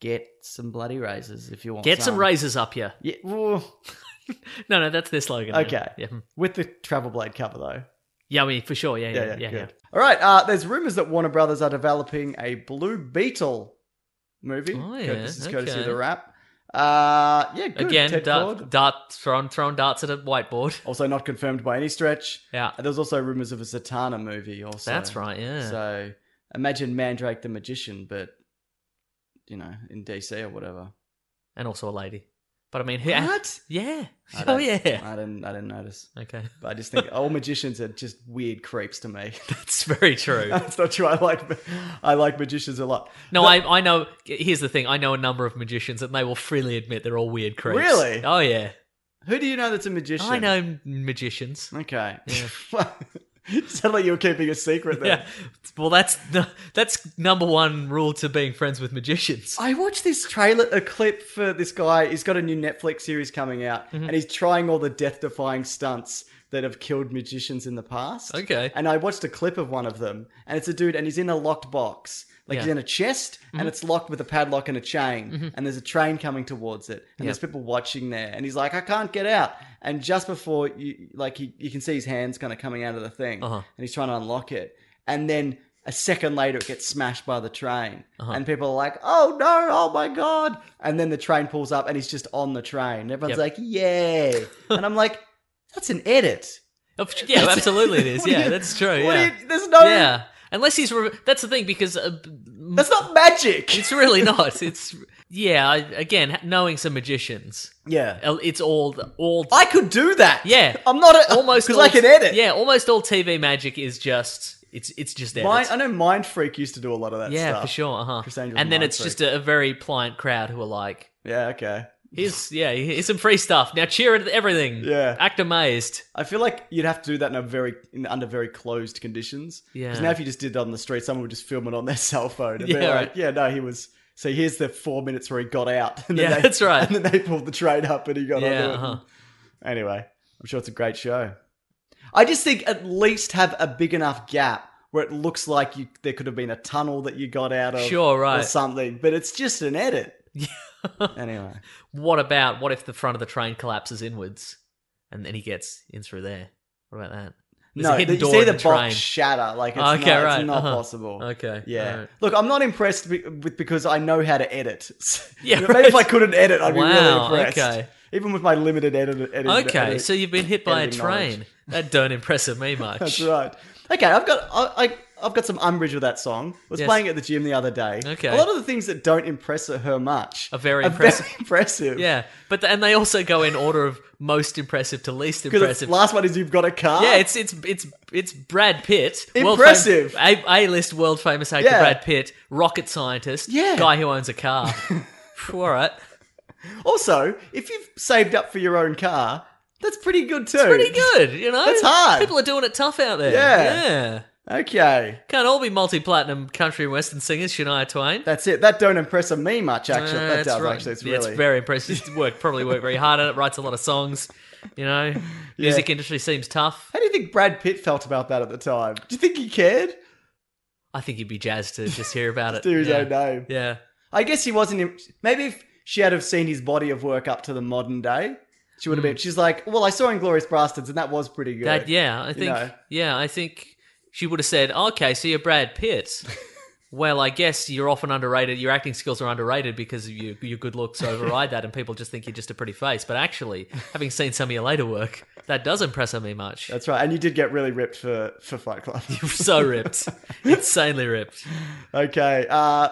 Get some bloody razors if you want
Get some razors up here.
Yeah, ooh,
No, no, that's their slogan. now.
okay.
Yeah. hmm.
With the travel blade cover, though.
Yummy, for sure. Yeah, yeah, yeah. yeah,
good. All right. Uh, there's rumors that Warner Brothers are developing a Blue Beetle movie.
Oh,
Cur-
yeah,
This is courtesy of
okay.
the wrap. Uh, yeah, good.
Again,
Ted
dart,
Ford.
dart thrown, thrown darts at a whiteboard.
Also, not confirmed by any stretch.
Yeah.
And There's also rumors of a Satana movie. Also,
That's right, yeah.
So imagine Mandrake the magician, but you know, in DC or whatever.
And also a lady. But I mean, who? Yeah.
I
Oh,
don't-
yeah.
I didn't. I didn't notice.
Okay.
But I just think all magicians are just weird creeps to me.
That's very true.
That's not true. I like. I like magicians a lot.
No, I, I know. Here's the thing I know a number of magicians, and they will freely admit they're all weird creeps.
Really?
Oh, yeah.
Who do you know that's a magician?
I know magicians.
Okay. Sound like you were keeping a secret there.
Yeah. Well, that's the- that's number one rule to being friends with magicians.
I watched this trailer, a clip for this guy. He's got a new Netflix series coming out, and he's trying all the death-defying stunts that have killed magicians in the past.
Okay.
And I watched a clip of one of them, and it's a dude, and he's in a locked box, like he's
Yeah.
in
Mm-hmm.
a chest, and it's locked with a padlock and a chain, and there's a train coming towards it, and there's people watching there, and he's like, I can't get out. And just before you, like, he, you can see his hands kind of coming out of the thing,
Uh-huh.
and he's trying to unlock it, and then a second later it gets smashed by the train
Uh-huh.
and people are like oh no oh my god and then the train pulls up and he's just on the train everyone's
Yep.
like yay and i'm like that's an edit
Oh, yeah, absolutely it is.
What do
Yeah,
you-
that's true.
what do
Yeah.
you- there's no
yeah. Unless he's. Re- that's the thing, because. Uh, m-
that's not magic
it's really not. It's. Yeah, I, again, ha- knowing some magicians,
yeah
uh, it's all. all
i could do that
Yeah.
i'm not a,
almost
almost because
all-
i can edit
Yeah, almost all TV magic is just. It's it's just edits.
Mind, i know mind freak used to do a lot of that
yeah,
stuff
for sure. Uh
Chris
huh.
Angel's
And then
mind
it's
freak.
just a, a very pliant crowd who are like,
yeah okay
"Here's yeah, here's some free stuff. Now cheer at everything.
Yeah.
act amazed.
I feel like you'd have to do that in a very in, under very closed conditions.
Yeah.
Because now if you just did that on the street, someone would just film it on their cell phone and
Yeah,
they're like,
right.
"Yeah, no, he was." So here's the four minutes where he got out. And
Yeah,
they,
that's right.
And then they pulled the train up and he got
Yeah,
onto it.
uh-huh.
Anyway, I'm sure it's a great show. I just think at least have a big enough gap where it looks like you there could have been a tunnel that you got out of,
Sure,
or
right.
something. But it's just an edit. anyway,
What about what if the front of the train collapses inwards, and then he gets in through there? What about that? There's
no,
a hidden
you
door
see
in
the,
the train.
box shatter. Like it's
Okay,
not, it's
right,
not
uh-huh.
possible.
Okay,
Yeah.
alright.
Look, I'm not impressed be- with because I know how to edit.
Yeah,
Maybe if I
right.
couldn't edit, I'd
Wow,
be really impressed.
okay.
Even with my limited edit. edit
Okay,
edit-
so you've been hit by a
editing
train.
knowledge.
That don't impress me much.
That's right. Okay, I've got I, I I've got some umbrage with that song. I was
Yes.
playing at the gym the other day.
Okay.
A lot of the things that don't impress her much
Are very impressive.
impressive.
Yeah, but the, and they also go in order of most impressive to least
Because
impressive.
the last one is you've got a car.
Yeah, it's it's it's it's Brad Pitt.
Impressive.
A list world famous actor
Yeah.
Brad Pitt, rocket scientist,
Yeah.
guy who owns a car. All right,
also if you've saved up for your own car, that's pretty good too.
pretty good. You know,
That's hard.
People are doing it tough out there.
Yeah.
yeah.
Okay.
Can't all be multi-platinum country and western singers, Shania Twain.
That's it. That don't impress me much,
Uh,
actually. that
it's
does,
right.
actually. It's
Yeah,
really.
very impressive. She's worked probably worked very hard at it. Writes a lot of songs. You know, music industry seems tough.
How do you think Brad Pitt felt about that at the time? Do you think he cared?
I think you'd be jazzed to just hear about it.
Do his
yeah.
own name.
Yeah.
I guess he wasn't. im- Maybe if she had have seen his body of work up to the modern day, she would have been. She's like, well, I saw Inglorious Bastards, and that was pretty good.
Hmm. That yeah, I think
know.
yeah, I think she would have said, "Okay, so you're Brad Pitt." well, I guess you're often underrated. Your acting skills are underrated because you, your good looks override that, and people just think you're just a pretty face. But actually, having seen some of your later work, that does impress on me much.
That's right. And you did get really ripped for for Fight Club.
so ripped, insanely ripped.
okay. Uh,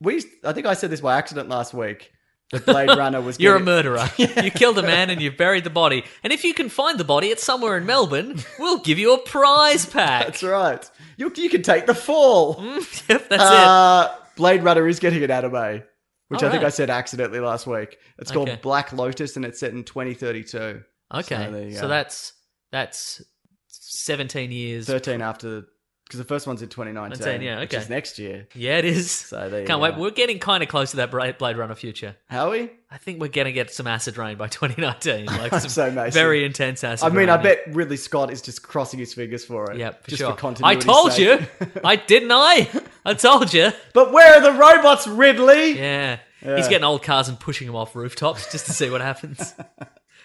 we. I think I said this by accident last week. That Blade Runner was.
You're a
getting-
murderer. You killed a man and you buried the body. And if you can find the body, it's somewhere in Melbourne. We'll give you a prize pack.
That's right. You you can take the fall.
yep, Mm, that's it.
uh, Blade Runner is getting an anime, which I think
Alright.
I said accidentally last week. It's called
Okay.
Black Lotus, and it's set in 2032, so there
Okay,
you
so,
go.
that's that's seventeen years.
13 after because the first one's in 2019,
19, yeah,
which
okay.
is next year.
Yeah, it is.
So there you
Can't wait.
are.
We're getting kind of close to that Bra- Blade Runner future.
Howie,
I think we're gonna get some acid rain by 2019. Like
I'm
some
so amazing.
very intense acid.
I mean,
rain.
I bet Ridley Scott is just crossing his fingers for it.
Yeah, for
just
sure.
for continuity.
I told
sake.
you. I didn't. I. I told you.
But where are the robots, Ridley?
Yeah. He's getting old cars and pushing them off rooftops just to see what happens.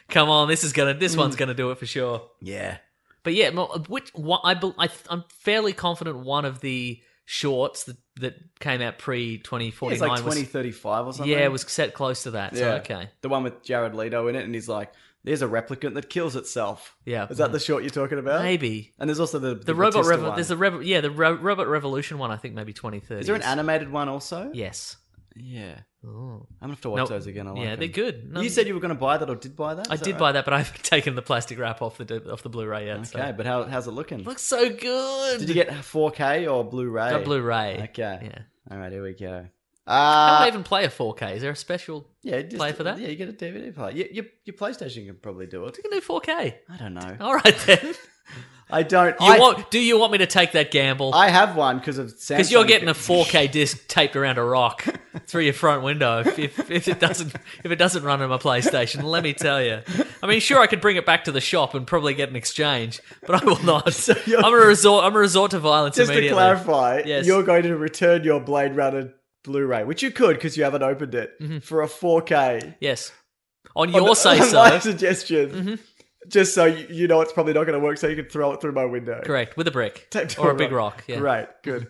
Come on, this is gonna. This
Mm.
one's gonna do it for sure.
Yeah.
But yeah, mo- which one, I, bel- I th- I'm fairly confident one of the shorts that, that came out pre
It's
2049
like
was
2035 or something.
yeah was set close to that. So
Yeah.
okay,
The one with Jared Leto in it, and he's like, there's a replicant that kills itself.
Yeah.
Is that the short you're talking about?
Mm. maybe
And there's also the,
the, robot
Batista
revo-
one.
there's the revo- yeah the ro- robot revolution one I think maybe 2030.
Is there an animated one also?
Yes.
Yeah.
Ooh.
I'm gonna have to watch
No,
those again. I like
yeah,
them.
they're good. No,
You said you were gonna buy that or did buy that?
I
Is that
did
right?
buy that, but I haven't taken the plastic wrap off the d- off the Blu-ray yet. so-
Okay, but how, how's it looking?
looks so good.
Did you get 4K or Blu-ray?
Got Blu-ray?
Okay.
Yeah.
All right, here we go.
I
Uh,
don't even play a 4K. Is there a special?
yeah, just,
play for that?
Yeah, you get a DVD player. Your, your, your PlayStation can probably do it.
You can do 4K.
I don't know.
All right then.
I don't.
You
I,
want, do you want me to take that gamble?
I have one because of Samsung.
Because you're getting a 4K disc taped around a rock through your front window if, if, if it doesn't if it doesn't run on my PlayStation. Let me tell you. I mean, sure, I could bring it back to the shop and probably get an exchange, but I will not.
you're-
I'm a resort. I'm a resort to violence
Just to
immediately.
clarify,
Yes.
you're going to return your Blade Runner Blu-ray, which you could because you haven't opened it, for a 4K.
Yes, on
On
your
the-
Mm-hmm. say
on My
so. Mm-hmm.
suggestion. Just so you, you know it's probably not going to work, so you can throw it through my window.
Correct with a brick
Taped to
or a big rock. Yeah.
Right, good.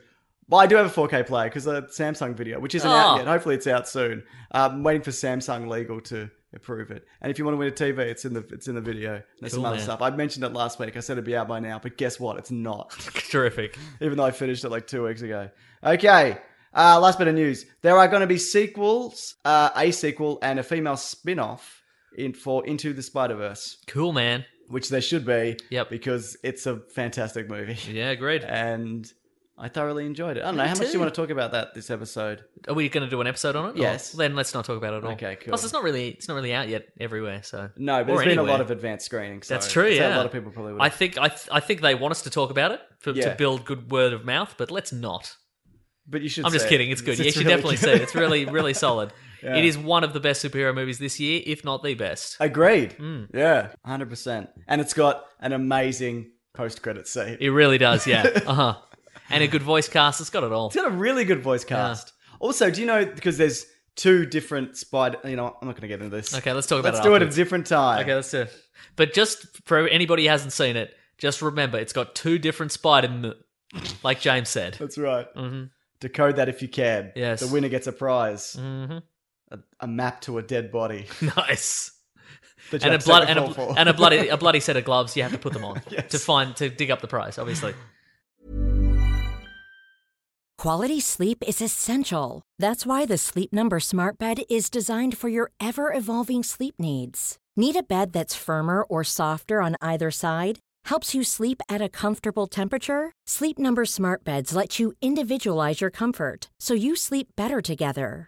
Well, I do have a 4K player because a Samsung video, which isn't
Oh.
out yet. Hopefully, it's out soon. Um, I'm waiting for Samsung legal to approve it. And if you want to win a TV, it's in the it's in the video. There's some
Cool,
other
man.
stuff. I mentioned it last week. I said it'd be out by now, but guess what? It's not.
Terrific.
Even though I finished it like two weeks ago. Okay. Uh, last bit of news: there are going to be sequels, uh, a sequel, and a female spin-off in for Into the Spider Verse,
Cool, man.
which there should be.
Yep.
Because it's a fantastic movie
Yeah, agreed.
and I thoroughly enjoyed it. I don't know
Me
how much do
too.
you want to talk about that this episode.
Are we going to do an episode on it? Or-
Yes.
then let's not talk about it at all.
Okay, cool.
Plus, it's not really it's not really out yet everywhere. So
No, but
Or
there's been a
anywhere.
lot of advanced screening. So
That's true.
so
Yeah,
a lot of people probably would.
I think I, th- I think they want us to talk about it for,
Yeah.
to build good word of mouth, but let's not.
but you should.
I'm just
say
kidding.
it.
It's good. you should
really
definitely
good.
see it. It's really really solid. It is one of the best superhero movies this year, if not the best.
Agreed.
Hmm.
Yeah, hundred percent. And it's got an amazing post-credit scene.
It really does. Yeah. uh huh. And a good voice cast. It's got it all.
It's got a really good voice cast. Also, do you know because there's two different spider? You know, I'm not going to get into this.
Okay, let's talk about
Let's
it.
do it at a
afterwards.
different time.
Okay, let's do it. But just for anybody who hasn't seen it, just remember it's got two different Spider, like James said.
That's right.
Mm-hmm.
Decode that if you can.
Yes.
The winner gets a prize,
Mm-hmm.
a map to a dead body,
Nice.
that you
and a
have to
blood
take
and
fall
a,
for.
and a bloody a bloody set of gloves. You have to put them on
Yes.
to find to dig up the prize. Obviously,
Quality sleep is essential. That's why the Sleep Number Smart Bed is designed for your ever evolving sleep needs. Need a bed that's firmer or softer on either side? Helps you sleep at a comfortable temperature? Sleep Number Smart Beds let you individualize your comfort so you sleep better together.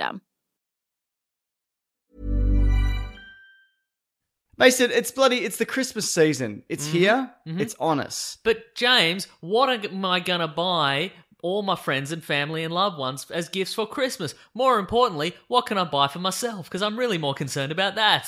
Mason, it's bloody, it's the Christmas season. It's here,
mhm.
it's on us.
But James, what am I gonna buy all my friends and family and loved ones as gifts for Christmas? More importantly, what can I buy for myself? Because I'm really more concerned about that.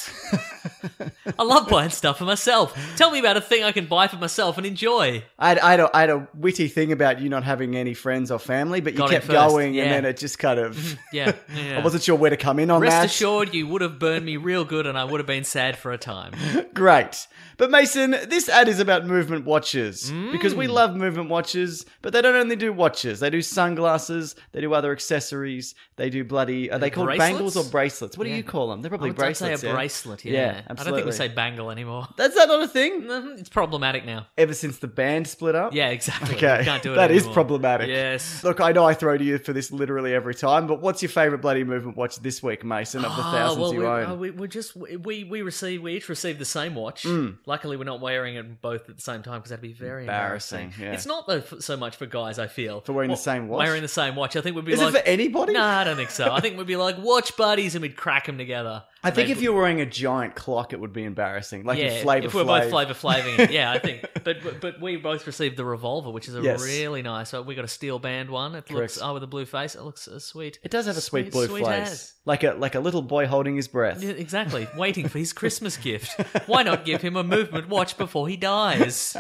I love buying stuff for myself. Tell me about a thing I can buy for myself and enjoy.
I had, I, had a, I had a witty thing about you not having any friends or family, but you
Got it
kept
first,
going,
yeah.
and then it just kind of.
Yeah, yeah.
I wasn't sure where to come in on
Rest
that.
assured, you would have burned me real good, and I would have been sad for a time.
Great. But Mason, this ad is about movement watches because
Mm.
we love movement watches, but they don't only do watches. They do sunglasses, they do other accessories, they do bloody are they called bangles or
Bracelets?
bracelets? What do
Yeah.
you call them? They're
I
probably
would
bracelets.
say a
yeah?
bracelet. Yeah, I don't
absolutely.
think we say bangle anymore.
That's that not a thing?
Mhm, It's problematic now.
Ever since the band split up?
Yeah, exactly.
Okay.
You can't do it.
That is
anymore.
problematic.
Yes.
Look, I know I throw to you for this literally every time, but what's your favorite bloody movement watch this week, Mason, of the
Ah,
thousands
well,
you
we,
own?
uh, we, we just we we receive we each receive the same watch.
Hmm.
Luckily, we're not wearing it both at the same time because that'd be very
Embarrassing,
embarrassing.
yeah.
It's not though f- so much for guys. I feel
For wearing the same watch?
oh, Wearing the same watch, I think would be
Is
like
it for anybody?
No, I don't think so. I think we'd be like watch buddies, and we'd crack them together.
I
And
think
they'd-
if you're wearing a giant clock, it would be embarrassing. Like
yeah,
if Flavor
if we're
Flav-
both flavor flaving it, yeah, I think. But but- but we both received the revolver, which is a
Yes.
really nice. uh, We got a steel band one. It looks
Correct.
oh with a blue face. It looks uh, sweet.
It does have a sweet, blue
sweet
face,
as.
like a like a little boy holding his breath.
Yeah, Exactly, waiting for his Christmas gift. Why not give him a movement watch before he dies?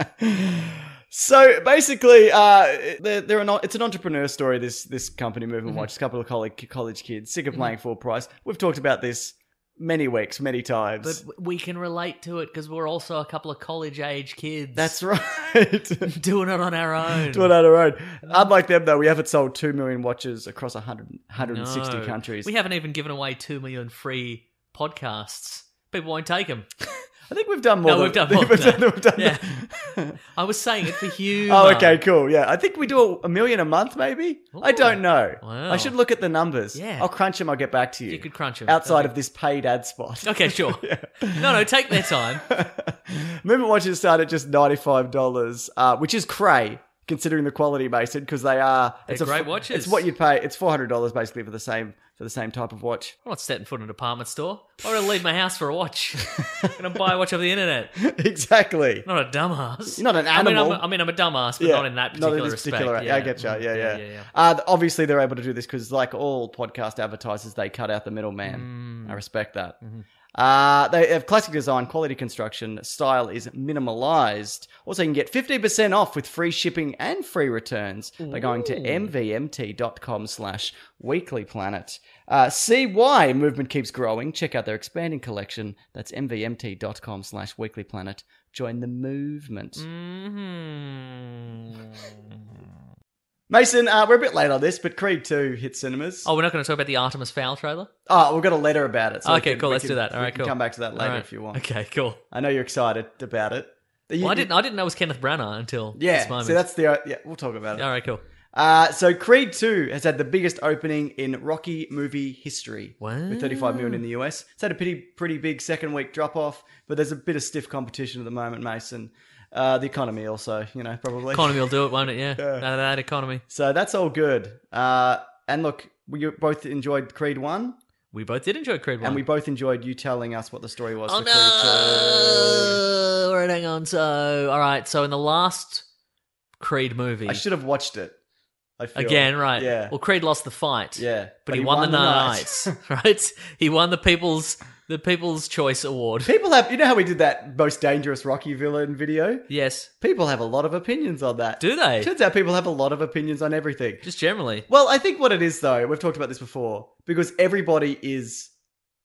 So basically, uh, they're, they're an, it's an entrepreneur story. This this company movement
Mm-hmm.
watch. It's a couple of college college kids sick of playing full price. We've talked about this many weeks, many times.
But w- we can relate to it because we're also a couple of college age kids.
That's right.
doing it on our own.
Do it on our own. Unlike them, though, we haven't sold two million watches across 100,
No.
160 countries.
We haven't even given away two million free podcasts. People won't take them.
I think we've done more.
No,
than-
we've done more.
we've done-
than that.
we've done-
yeah. I was saying it for humor.
Oh, okay, cool. Yeah, I think we do a, a million a month, maybe. I don't
Ooh.
know.
Wow.
I should look at the numbers.
Yeah.
I'll crunch them. I'll get back to you.
You could crunch 'em.
outside
That'd
of this paid ad spot.
Okay, sure. No, no, take their time.
Movement watches start at just ninety five dollars, uh, which is cray considering the quality, Mason, because they are
They're
a-
great watches.
It's what you pay. It's four hundred dollars basically for the same for the same type of watch.
I'm not setting foot in a department store. I'm going to leave my house for a watch. I'm going to buy a watch off the internet.
exactly.
Not a dumbass.
You're not an
I mean,
animal.
I'm a, I mean, I'm a dumbass, but not in that
not
particular
in this
respect.
particular-
yeah. Mm,
I get you. Yeah, yeah. yeah,
yeah, yeah.
Uh, th- obviously,
Mm. Mm-hmm.
they're able to do this because, like all podcast advertisers, they cut out the middleman. I respect that. Uh, they have classic design, quality construction, style is minimalized. Also, you can get 15% off with free shipping and free returns by going to
Ooh.
mvmt.com slash weeklyplanet. Uh, see why movement keeps growing. Check out their expanding collection. That's mvmt.com slash weeklyplanet. Join the
Mm.
movement.
Mm-hmm.
Mason, uh, we're a bit late on this, but Creed 2 hit cinemas.
Oh, we're not going to talk about the Artemis Fowl trailer.
Oh, we've got a letter about it. we
Okay,
can-
cool,
we
let's
can-
do that. All
we
right,
can
cool.
Come back to that
All
later
right.
if you want.
Okay, cool.
I know you're excited about it. You-
Well, I didn't. I didn't know it was Kenneth Branagh until
Yeah,
this moment.
so that's the yeah. We'll talk about it.
All right, cool.
Uh, so Creed 2 has had the biggest opening in Rocky movie history with 35 million in the US. It's had a pretty pretty big second week drop off, but there's a bit of stiff competition at the moment, Mason. Uh, the economy also, you know, probably
Economy will do it, won't it? Yeah. That, that economy.
So that's all good. Uh, and look, we both enjoyed Creed 1.
We both did enjoy Creed 1.
And we both enjoyed you telling us what the story was
Oh,
for Creed 2.
Uh, all right, hang on. So, all right. So, in the last Creed movie,
I should have watched it. I feel.
again, right?
Yeah.
Well, Creed lost the fight.
Yeah.
But, he, won, the night. right? He won the people's the People's Choice Award.
People have, you know how we did that most dangerous Rocky villain video?
Yes.
People have a lot of opinions on that.
Do they?
Turns out people have a lot of opinions on everything.
Just generally.
Well, I think what it is though, we've talked about this before, because everybody is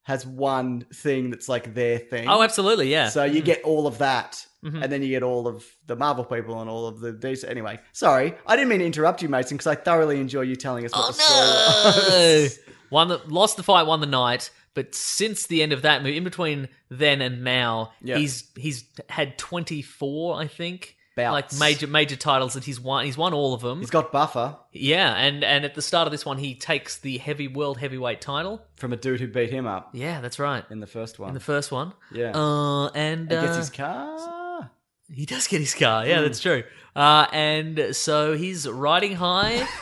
has one thing that's like their thing.
Oh, absolutely, yeah.
So you
Mm.
get all of that,
Mhm.
and then you get all of the Marvel people and all of the these. Anyway, sorry, I didn't mean to interrupt you, Mason, because I thoroughly enjoy you telling us what the story was.
Oh, No. won the lost the fight, won the night. But since the end of that movie, in between then and now,
Yeah.
he's he's had twenty four, I think,
Bouts.
like major major titles that he's won. He's won all of them.
He's got buffer
yeah, and and at the start of this one, he takes the heavy world heavyweight title.
from a dude who beat him up
Yeah, that's right.
in the first one.
In the first one,
yeah,
uh, and
he gets
uh, oh.
his car.
he does get his car. Yeah,
Mm.
that's true. Uh, and so he's riding high.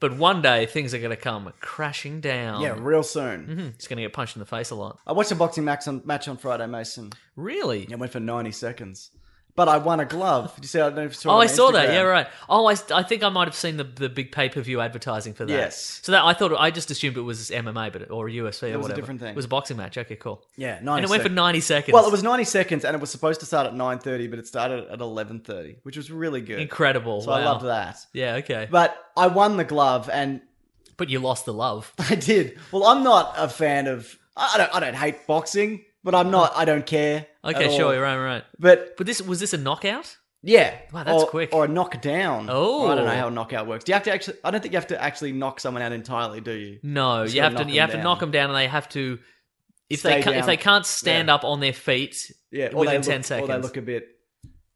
But one day things are going to come crashing down.
Yeah, real soon.
Mhm, He's going to get punched in the face a lot.
I watched a boxing match on, match on Friday, Mason.
Really?
It went for 90 seconds. But I won a glove. Did you see? I don't know if you saw it
Oh,
on
I saw that.
Instagram.
Yeah, right. Oh, I, I think I might have seen the, the big pay per view advertising for that.
Yes.
So that I thought I just assumed it was MMA, but or UFC
It
or
was a
whatever.
different thing.
It was a boxing match. Okay, cool.
Yeah, 90
and it went for
sec-
ninety seconds.
Well, it was 90 seconds and it was supposed to start at 9.30, but it started at 11.30, which was really good.
incredible.
So I
Wow.
loved that.
Yeah. Okay. But,
But I won the glove and
you lost the love.
I did. Well, I'm not a fan of... I I don't, I don't hate boxing, but I'm not... I don't care. at
Okay,
all.
sure. You're right. Right.
But
But this was this a knockout?
yeah.
Wow, that's
or,
quick.
Or a knockdown.
Oh.
I don't know how a knockout works. Do you have to actually... I don't think you have to actually knock someone out entirely, do you?
No,
Just
you
gotta
have to
knock 'em
you have to
down.
knock them down, and they have to if
Stay
they can, if
down.
they can't stand
Yeah.
up on their feet
Yeah, or
within
they
ten
look,
seconds.
Or they look a bit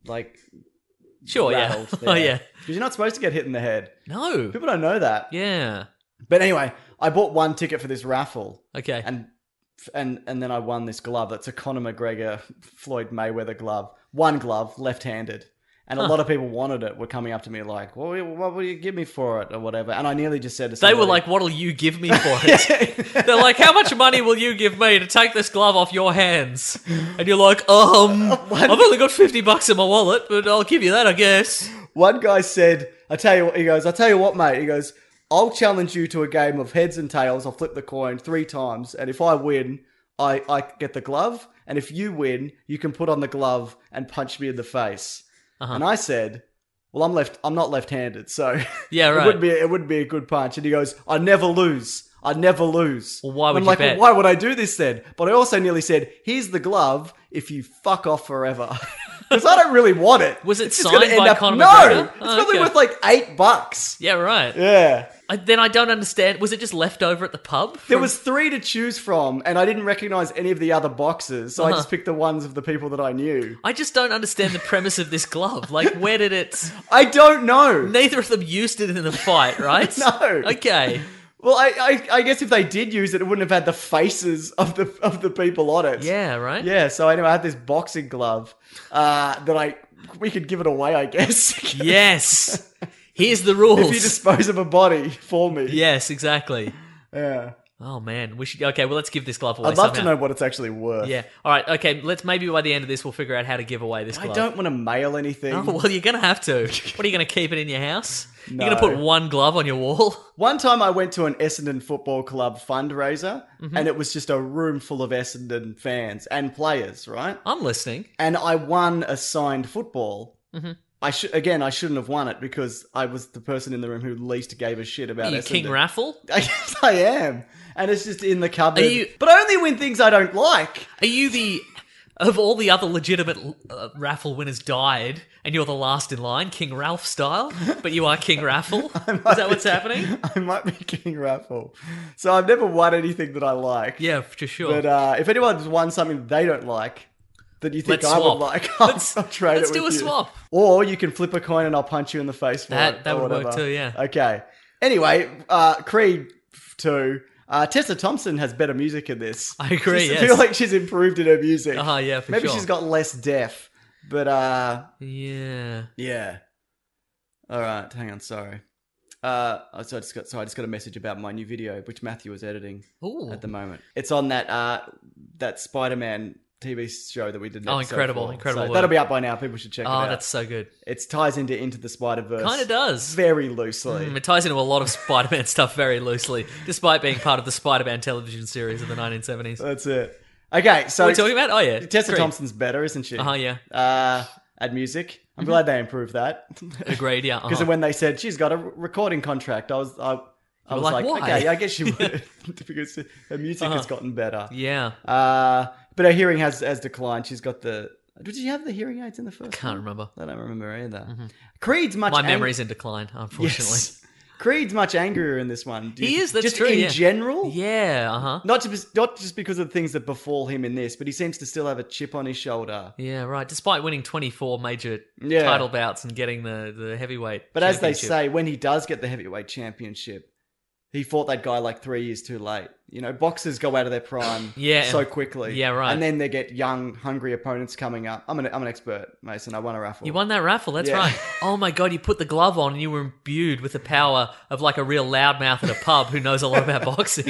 like
sure. Yeah. oh yeah.
because you're not supposed to get hit in the head.
No.
People don't know that.
Yeah.
But anyway, I bought one ticket for this raffle,
Okay.
and and and then I won this glove. That's a Conor McGregor Floyd Mayweather glove. One glove, left-handed. And a
Huh.
lot of people wanted it. Were coming up to me like, "What, will- what will you give me for it?" or whatever. And I nearly just said to
They
somebody,
were like, "What'll you give me for it?" They're like, "How much money will you give me to take this glove off your hands?" And you're like, "Um, I've only got fifty bucks in my wallet, but I'll give you that, I guess."
One guy said, I tell you what, he goes, I tell you what, mate. He goes, I'll challenge you to a game of heads and tails. I'll flip the coin three times. And if I win, I, I get the glove. And if you win, you can put on the glove and punch me in the face.
Uh-huh.
And I said, well, I'm left. I'm not left-handed, so
Yeah,
it
right.
wouldn't be it wouldn't be a good punch. And he goes, "I never lose. I never lose."
Well, why
And
would
I'm
you
like,
bet?
why would I do this then? But I also nearly said, "Here's the glove. If you fuck off forever, because I don't really want it."
Was it
It's gonna
signed
end
by
up-
Conor
No,
McGregor?
it's
Oh,
probably
okay.
worth like eight bucks.
Yeah, right.
Yeah,
I, then I don't understand. Was it just left over at the pub?
there
from-
was three to choose from, and I didn't recognize any of the other boxes, so I
Uh-huh.
just picked the ones of the people that I knew.
I just don't understand the premise of this glove. Like, where did it?
I don't know.
Neither of them used it in the fight, right?
No.
Okay.
Well, I, I, I guess if they did use it, it wouldn't have had the faces of the of the people on it.
Yeah. Right.
Yeah, so anyway, I had this boxing glove uh, that I we could give it away, I guess.
Yes. Here's the rules.
if you dispose of a body for me.
yes. Exactly.
Yeah.
Oh man, we should. Okay, well, let's give this glove away.
I'd love to
somehow.
know what it's actually worth.
Yeah. All right. Okay. Let's maybe by the end of this we'll figure out how to give away this.
I
Glove.
don't want to mail anything.
Oh, well, you're gonna have to. What are you gonna keep it in your house? You're
No.
gonna put one glove on your wall.
One time I went to an Essendon Football Club fundraiser
Mhm.
and it was just a room full of Essendon fans and players, right?
I'm listening.
And I won a signed football.
Mhm.
I should again I shouldn't have won it because I was the person in the room who least gave a shit about
Are you
Essendon.
King Raffle?
I guess I am. And it's just in the cupboard.
Are you-
But only when things I don't like.
Are you the of all the other legitimate uh, raffle winners died, and you're the last in line, King Ralph style? But you are King Raffle. Is that what's happening?
I might be King Raffle. So I've never won anything that I like.
Yeah, for sure.
But uh, if anyone's won something that they don't like, that you think
Let's
I
swap.
would like, I'll, I'll trade
let's
it
do
with
a
you.
swap.
Or you can flip a coin and I'll punch you in the face for
That-
it.
that
or
would work
whatever.
too, yeah.
Okay. Anyway, uh, Creed 2. Uh, Tessa Thompson has better music in this.
I agree,
She's-
yes.
I feel like she's improved in her music.
Ah, yeah, for
Maybe
sure.
she's got less deaf. But uh,
yeah.
yeah. All right, hang on. Sorry. Uh, oh, so I just got so I just got a message about my new video, which Matthew is editing
Ooh.
at the moment. It's on that uh that Spider Man TV show that we did. an
Oh,
episode
incredible,
for.
incredible
So
work.
that'll be up by now. People should check it
Oh,
out.
that's so good.
It ties into Into the Spider Verse.
Kinda does.
very loosely.
Mm, it ties into a lot of Spider-Man stuff very loosely, despite being part of the Spider-Man television series of the 1970s.
That's it. Okay, Uh, so
What are we talking about? Oh, yeah.
Tessa
Creed.
Thompson's better, isn't she?
Uh-huh, yeah. Mm-hmm.
Uh, at music, I'm glad they improved that.
Agreed, yeah.
Because
uh-huh.
when they said she's got a re- recording contract, I was I, I was
were like,
like,
"Why?"
okay, I guess she would because her music
Uh-huh.
has gotten better.
Yeah.
Uh, but her hearing has has declined. She's got the. Did she have the hearing aids in the first?
Can't
one?
remember. Mm-hmm.
I don't remember either. Creed's much.
My
ang-
memory's in decline, unfortunately.
Yes. Creed's much angrier in this one. Do you
He
th-
is, that's
just
true,
In
yeah.
general,
Yeah, uh-huh.
not just not just because of the things that befall him in this, but he seems to still have a chip on his shoulder.
Yeah, right. Despite winning 24 major
Yeah.
title bouts and getting the, the heavyweight
But as they
championship.
say, when he does get the heavyweight championship, he fought that guy like three years too late. You know, boxers go out of their prime
Yeah.
so quickly.
Yeah, right.
And then they get young, hungry opponents coming up. I'm an I'm an expert, Mason. I won a raffle.
You won that raffle, that's
Yeah.
right. Oh my god, you put the glove on and you were imbued with the power of like a real loudmouth at a pub who knows a lot about boxing.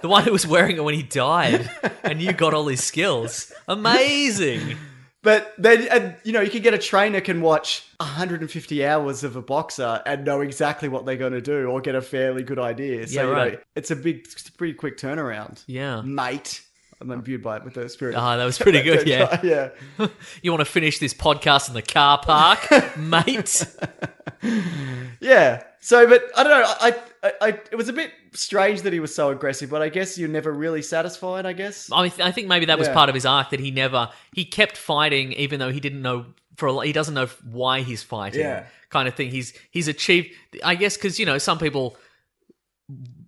The one who was wearing it when he died, and you got all his skills. Amazing.
But then, and, you know, you can get a trainer can watch 150 hours of a boxer and know exactly what they're going to do, or get a fairly good idea. So,
Yeah,
you know,
right.
it's a big, it's a pretty quick turnaround,
Yeah.
mate. I'm imbued by it with the spirit. of-
Ah, that was pretty good, yeah.
yeah.
You want to finish this podcast in the car park, mate?
Yeah. So, but I don't know. I, I, I, it was a bit strange that he was so aggressive, but I guess you're never really satisfied. I guess.
I, th- I think maybe that was
Yeah.
part of his arc that he never he kept fighting even though he didn't know for a, lo- he doesn't know why he's fighting
Yeah.
kind of thing. He's he's achieved I guess because you know some people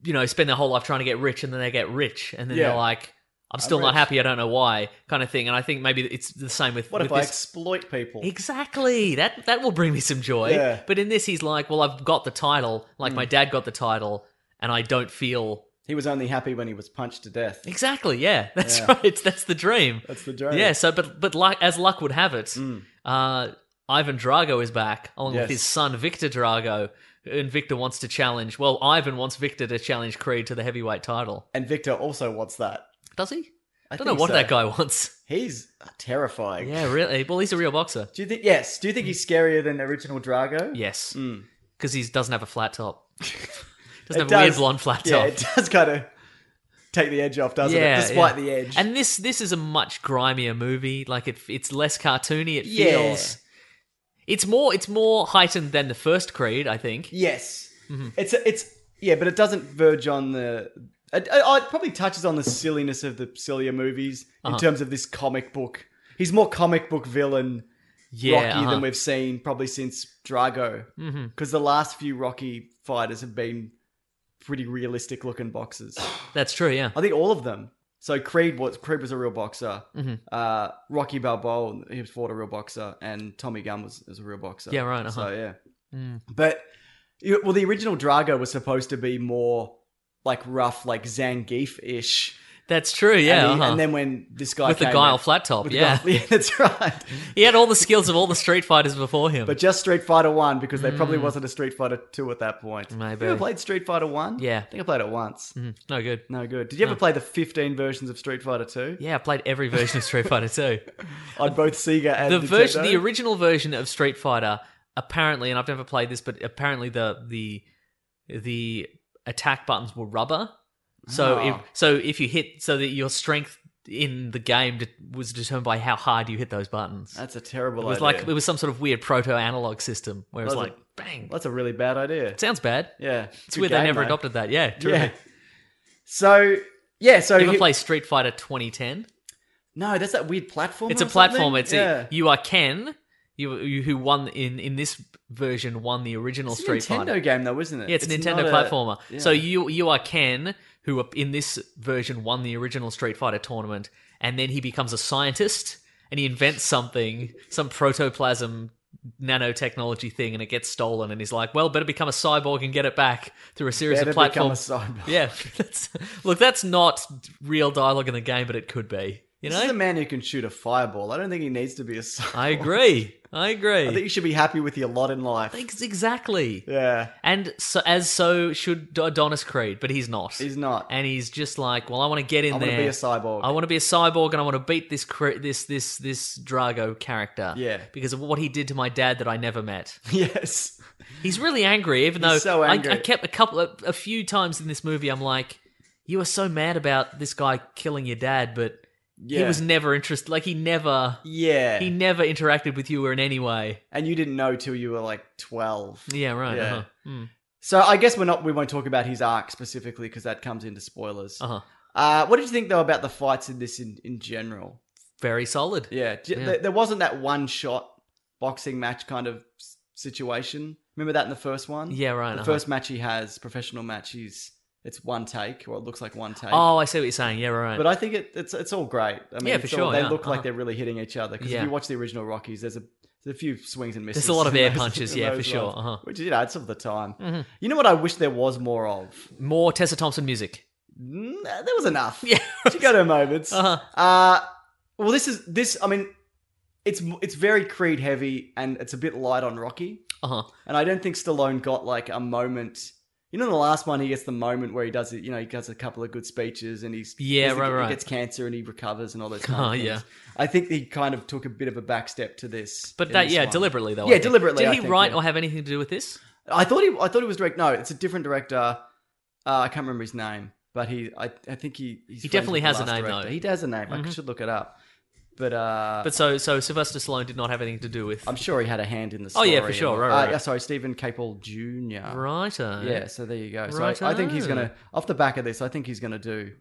you know spend their whole life trying to get rich and then they get rich and then
Yeah.
they're like I'm still not
rich."
happy I don't know why kind of thing. And I think maybe it's the same with
What
with
if I
this-
exploit people?
Exactly. That that will bring me some joy.
Yeah. Hmm.
But in this, he's like, "Well, I've got the title. Like my dad got the title, and I don't feel
he was only happy when he was punched to death.
Exactly. Yeah, that's
Yeah.
right. That's the dream.
That's the dream.
Yeah. So, but but luck, as luck would have it, uh, Ivan Drago is back along with
Mm. Yes.
his son Victor Drago, and Victor wants to challenge. Well, Ivan wants Victor to challenge Creed to the heavyweight title.
And Victor also wants that.
Does he?
I
don't know
think
what
so.
that guy wants.
He's uh, terrifying.
Yeah, really. Well, he's a real boxer.
Do you think? Yes. Do you think he's scarier than the original Drago?
Yes,
Mm.
because he doesn't have a flat top.
It
doesn't have a weird
does-
blonde flat
Yeah,
top.
it does kind of take the edge off, doesn't it? Despite the edge.
And this this is a much grimier movie. Like it, it's less cartoony. It
Yeah.
feels. It's more it's more heightened than the first Creed, I think.
yes,
Mm-hmm.
it's it's yeah, but it doesn't verge on the. It, oh, it probably touches on the silliness of the sillier movies
Uh-huh.
in terms of this comic book. He's more comic book villain
Yeah,
Rocky
uh-huh.
than we've seen probably since Drago, because
Mhm.
the last few Rocky fighters have been pretty realistic looking boxers.
That's true. Yeah.
I think all of them. So Creed was Creed was a real boxer.
Mhm.
Uh, Rocky Balboa he fought a real boxer, and Tommy Gunn was, was a real boxer.
Yeah, right,
So
uh-huh.
yeah,
Mm.
but you- well, the original Drago was supposed to be more like rough, like Zangief ish.
That's true. Yeah.
and, he-
uh-huh.
and then when this guy
with the
came
guile
in-
flat top.
with the
Yeah.
guile- yeah, that's right.
he had all the skills of all the Street Fighters before him.
But just Street Fighter One because there probably
Mm.
wasn't a Street Fighter Two at that point. Have
Maybe.
you ever played Street Fighter One?
Yeah.
I think I played it once.
Mhm. No good.
No good. Did you ever
No.
play the fifteen versions of Street Fighter Two?
Yeah, I played every version of Street Fighter 2.
on both Sega and
the version,
Nintendo?
the original version of Street Fighter, apparently, and I've never played this, but apparently the the the attack buttons were rubber. So
Oh.
if so, if you hit, so that your strength in the game de- was determined by how hard you hit those buttons.
That's a terrible
it was
idea.
like it was some sort of weird proto analog system where it's
That's
like
a-
bang.
That's a really bad idea.
It sounds bad.
Yeah.
it's
Good
weird they
game,
never
though.
adopted that. Yeah,
Yeah.
terrific.
So yeah, so
you ever
he-
play Street Fighter 2010?
no, that's that weird platform.
It's a platform. It's
yeah.
a, you are Ken, you, you who won in in this version won the original
It's a
Street
Nintendo
Fighter.
game though, isn't it?
Yeah, it's, a Nintendo
not a-
platformer.
yeah.
So you you are Ken, who up- in this version won the original Street Fighter tournament, and then he becomes a scientist and he invents something, some protoplasm nanotechnology thing, and it gets stolen, and he's like, "Well, better become a cyborg and get it back through a series
Better
of
become a
platforms."
cyborg.
Yeah, that's, look, that's not real dialogue in the game, but it could be. You
this is a
know,
man who can shoot a fireball. I don't think he needs to be a cyborg.
I agree. I agree.
I think you should be happy with your lot in life.
Ex- exactly.
Yeah,
And so, as so should Adonis Creed, but he's not.
he's not.
and he's just like, "Well, I want to get in
I want
there.
to be a cyborg.
I want to be a cyborg, and I want to beat this cr- this this this Drago character.
Yeah.
because of what he did to my dad that I never met.
yes.
He's really angry, even
He's
though
so
I-
angry.
I, kept a couple a, a few times in this movie. I'm like, you are so mad about this guy killing your dad, but he
Yeah.
was never interested. Like he never
Yeah.
he never interacted with you in any way.
and you didn't know till you were like twelve.
Yeah, right.
Yeah.
Uh-huh. Mm.
So I guess we're not. We won't talk about his arc specifically because that comes into spoilers.
Uh-huh.
Uh, what did you think though about the fights in this in, in general?
Very solid.
Yeah, j-
Yeah.
There, there wasn't that one shot boxing match kind of s- situation. Remember that in the first one?
Yeah, right.
the
uh-huh.
first match he has, professional match, he's it's one take, or it looks like one take.
Oh, I see what you're saying. Yeah, right.
But I think it, it's it's all great. I mean,
Yeah,
it's
for
all-
sure,
They
yeah,
look like
uh-huh.
they're really hitting each other because if
Yeah.
you watch the original Rockies, there's a there's a few swings and misses.
There's a lot of
in
air
those-
punches,
in
yeah, for
those
sure,
ones,
uh-huh. Mm-hmm.
Which you know, it's of the time. You know what I wish there was more of.
More Tessa Thompson music.
Mm, there was enough.
Yeah.
She got her moments.
Uh-huh.
Uh, well, this is this. I mean, it's it's very Creed heavy, and it's a bit light on Rocky.
Uh-huh.
And I don't think Stallone got like a moment. You know, in the last one, he gets the moment where he does it. You know, he does a couple of good speeches, and he's
Yeah,
he's-
right, right.
He gets cancer, and he recovers, and all those. Kind
Oh,
of things.
yeah.
I think he kind of took a bit of a back step to this.
But
in
that,
this
yeah,
one.
deliberately though. I
Yeah,
think.
deliberately.
Did
I
he
think,
write
yeah.
or have anything to do with this?
I thought he. I thought he was direct. No, it's a different director. Uh, I can't remember his name, but he. I, I think he. He's
He
friends
definitely
with the
has a
last
name,
director.
though.
He does a name. I
Mhm.
should look it up. But uh,
But so, so Sylvester Stallone did not have anything to do with.
I'm sure he had a hand in the
Oh,
story.
yeah, for sure. Right,
Uh,
right,
yeah,
right.
sorry, Stephen Capel Jr.
Righto.
Yeah. So there you go. So
Righto.
I, I think he's gonna off the back of this. I think he's gonna do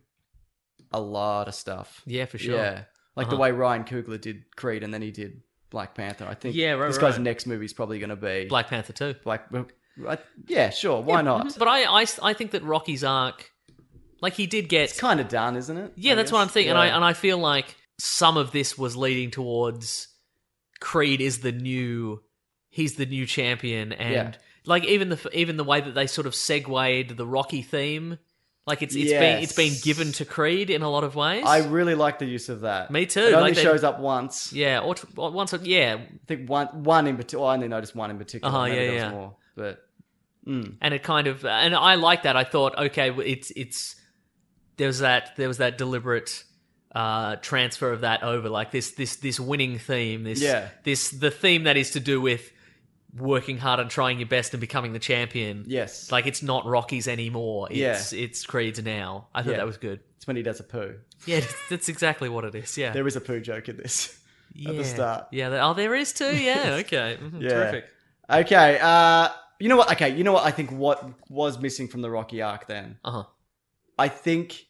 a lot of stuff.
Yeah, for sure.
Yeah. Like the
Uh-huh.
way Ryan Coogler did Creed, and then he did Black Panther. I think.
Yeah, right,
This guy's
right.
next movie is probably gonna be
Black mm-hmm. Panther too.
Black. I- yeah, sure. Why not?
But I, I, I think that Rocky's arc, like he did get.
It's kind of done, isn't it?
yeah,
I
that's
guess?
what I'm thinking. And
Yeah.
I and I feel like some of this was leading towards Creed is the new, he's the new champion, and
Yeah.
like even the even the way that they sort of segued the Rocky theme, like it's it's been it's been
Yes.
given to Creed in a lot of ways.
I really like the use of that.
Me too,
It only
like they-
shows up once.
yeah, or, t- or once, yeah,
I think one, one in particular. I only noticed one in particular.
Uh-huh,
Maybe
yeah,
there was
yeah.
more, but mm.
and it kind of and I like that. I thought, okay, well, it's it's there was that there was that deliberate uh transfer of that over like this this this winning theme this
Yeah.
this the theme that is to do with working hard and trying your best and becoming the champion
yes,
like it's not rockies anymore it's it's creeds now i thought
Yeah.
that was good
it's when he does a poo.
yeah that's- that's exactly what it is yeah
There is a poo joke in this.
yeah.
the start.
yeah there- oh there is too yeah okay Mhm,
Yeah.
terrific
Okay, uh, you know what? Okay, you know what? I think what was missing from the Rocky arc then.
uh-huh
I think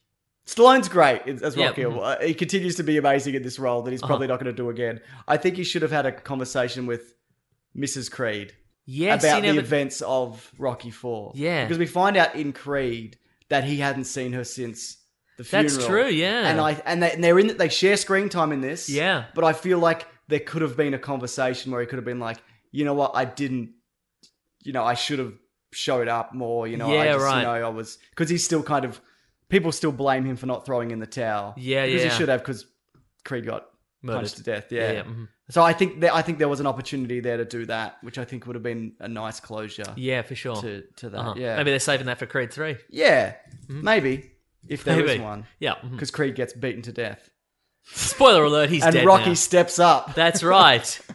Stallone's great as as
Yeah,
Rocky.
mhm.
Uh, He continues to be amazing in this role that he's
Uh-huh.
probably not going to do again. I think he should have had a conversation with Mrs. Creed.
yes
about
you
the
never-
events of Rocky Four.
Yeah.
because we find out in Creed that he hadn't seen her since the funeral.
that's true yeah
And I and, they, and they're in they share screen time in this.
yeah
but I feel like there could have been a conversation where he could have been like, you know what, I didn't, you know, I should have showed up more. You know, I
Yeah,
just,
right.
you know, I was because he's still kind of people still blame him for not throwing in the towel.
Yeah,
because
yeah.
he should have because Creed got
Murdered.
punched to death. Yeah.
Yeah, yeah, mhm.
So I think there, I think there was an opportunity there to do that, which I think would have been a nice closure.
Yeah, for sure.
To, to that,
Uh-huh.
yeah.
Maybe they're saving that for Creed 3.
Yeah,
Mhm.
maybe if there is
Maybe.
one.
Yeah, mhm.
because Creed gets beaten to death.
Spoiler alert, he's
and
dead.
Rocky
now.
steps up.
That's right.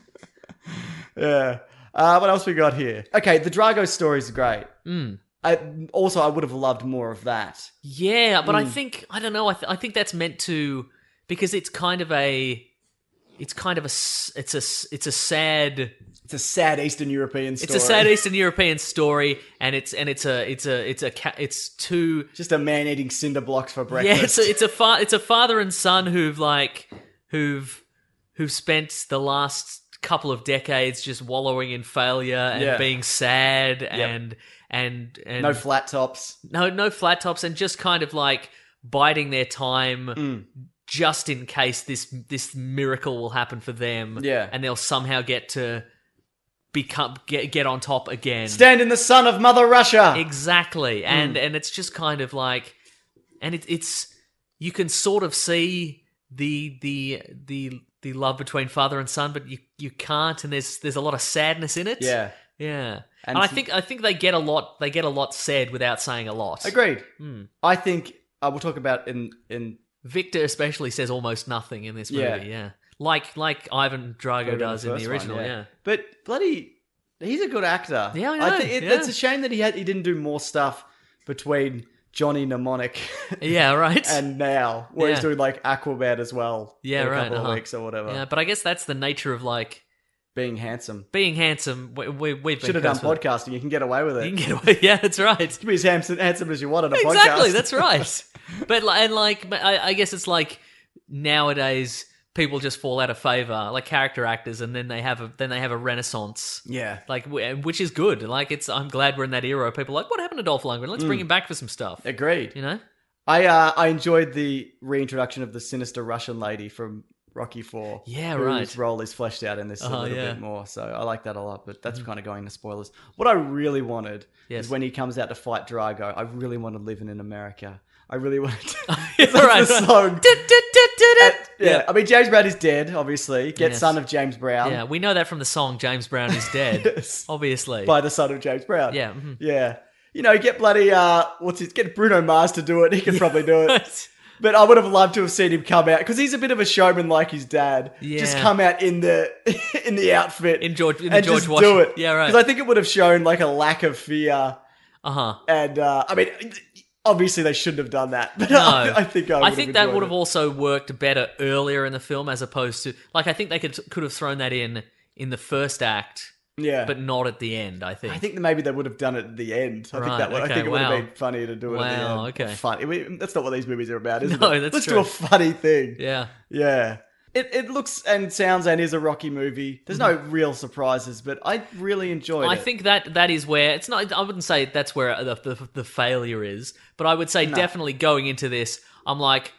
yeah. Uh, what else we got here? Okay, the Drago story is great.
Mm.
I, also, I would have loved more of that.
Yeah, but I
Mm.
think I don't know. I, th- I think that's meant to because it's kind of a, it's kind of a, s- it's a, s- it's a sad,
It's a sad Eastern European story.
it's a sad E- Eastern European story, and it's and it's a, it's a, it's a, ca- it's two.
Just a man eating cinder blocks for breakfast.
Yeah, it's a, it's a, fa- it's a father and son who've like, who've, who've spent the last couple of decades just wallowing in failure and
Yeah.
being sad and and and
no flat tops.
no no flat tops and just kind of like biding their time
Mm,
just in case this this miracle will happen for them
Yeah.
and they'll somehow get to become get get on top again
Stand in the sun of Mother Russia.
exactly
Hmm.
and and it's just kind of like and it, it's you can sort of see the the the the love between father and son but you you can't and there's there's a lot of sadness in it
Yeah.
yeah
And
and, i
it's-
think i think they get a lot they get a lot said without saying a lot
Agreed.
Hmm.
I think uh, we'll talk about in in
Victor especially says almost nothing in this movie.
Yeah.
Yeah, like like Ivan Drago does in the
first one,
original. yeah.
But bloody, he's a good actor.
Yeah, I know,
think it,
yeah.
it's a shame that he had he didn't do more stuff between Johnny Mnemonic
yeah, right.
and now, where he's
Yeah.
doing like Aquaman as well.
yeah,
in a
right.
Couple
uh-huh.
of weeks or whatever.
Yeah, but I guess that's the nature of like
Being handsome.
being handsome. We, we, we've been
Should have done
cursed with-
podcasting. You can get away with it.
You can get away. Yeah, that's right.
You can be as handsome, handsome as you want on a podcast.
exactly. That's right. But li- and like, but I, I guess it's like nowadays people just fall out of favor, like character actors, and then they have a then they have a renaissance.
yeah.
Like, wh- which is good. Like, it's I'm glad we're in that era. where People are like, what happened to Dolph Lundgren? Let's
Mm.
bring him back for some stuff.
Agreed.
You know.
I uh, I enjoyed the reintroduction of the sinister Russian lady from Rocky Four.
Yeah,
whose
right.
role is fleshed out in this a
Uh-huh,
little
yeah. Mm-hmm.
bit more. So I like that a lot. But that's kind of going to spoilers. What I really wanted
Yes.
is when he comes out to fight Drago. I really wanted living in America. I really wanted. To-
It's all right.
That's the song.
Du- du- du- du- du.
yeah. I mean James Brown is dead. Obviously, get
Yes.
son of James Brown.
Yeah, we know that from the song James Brown is dead.
Um, Yes.
Obviously.
by the son of James Brown.
Yeah, mhm.
yeah. You know, get bloody uh, what's his? Get Bruno Mars to do it. He could probably do it.
But-
But I would have loved to have seen him come out because he's a bit of a showman, like his dad. Just
Yeah.
come out in the in the outfit,
In George- in the
and
George
just do
Washington.
it.
Yeah, right.
Because I think it would have shown like a lack of fear,
uh-huh.
and uh, I mean, obviously they shouldn't have done that. But
No.
I, I think I,
I think that would have
all.
also worked better earlier in the film as opposed to like I think they could could have thrown that in in the first act
Yeah,
but not at the end, I think.
I think that maybe they would have done it at the end. I think
Right,
that would,
okay,
I think it would
wow.
have been funnier to do it. at the
Wow,
end.
okay.
Fun. I mean, that's not what these movies are about, is
No,
it?
that's
Let's do
true.
a funny thing.
Yeah.
Yeah. It, it looks and sounds and is a Rocky movie. There's no real surprises, but I really enjoyed it.
I think that that is where it's not. I wouldn't say that's where the the, the failure is, but I would say definitely going into this, I'm like,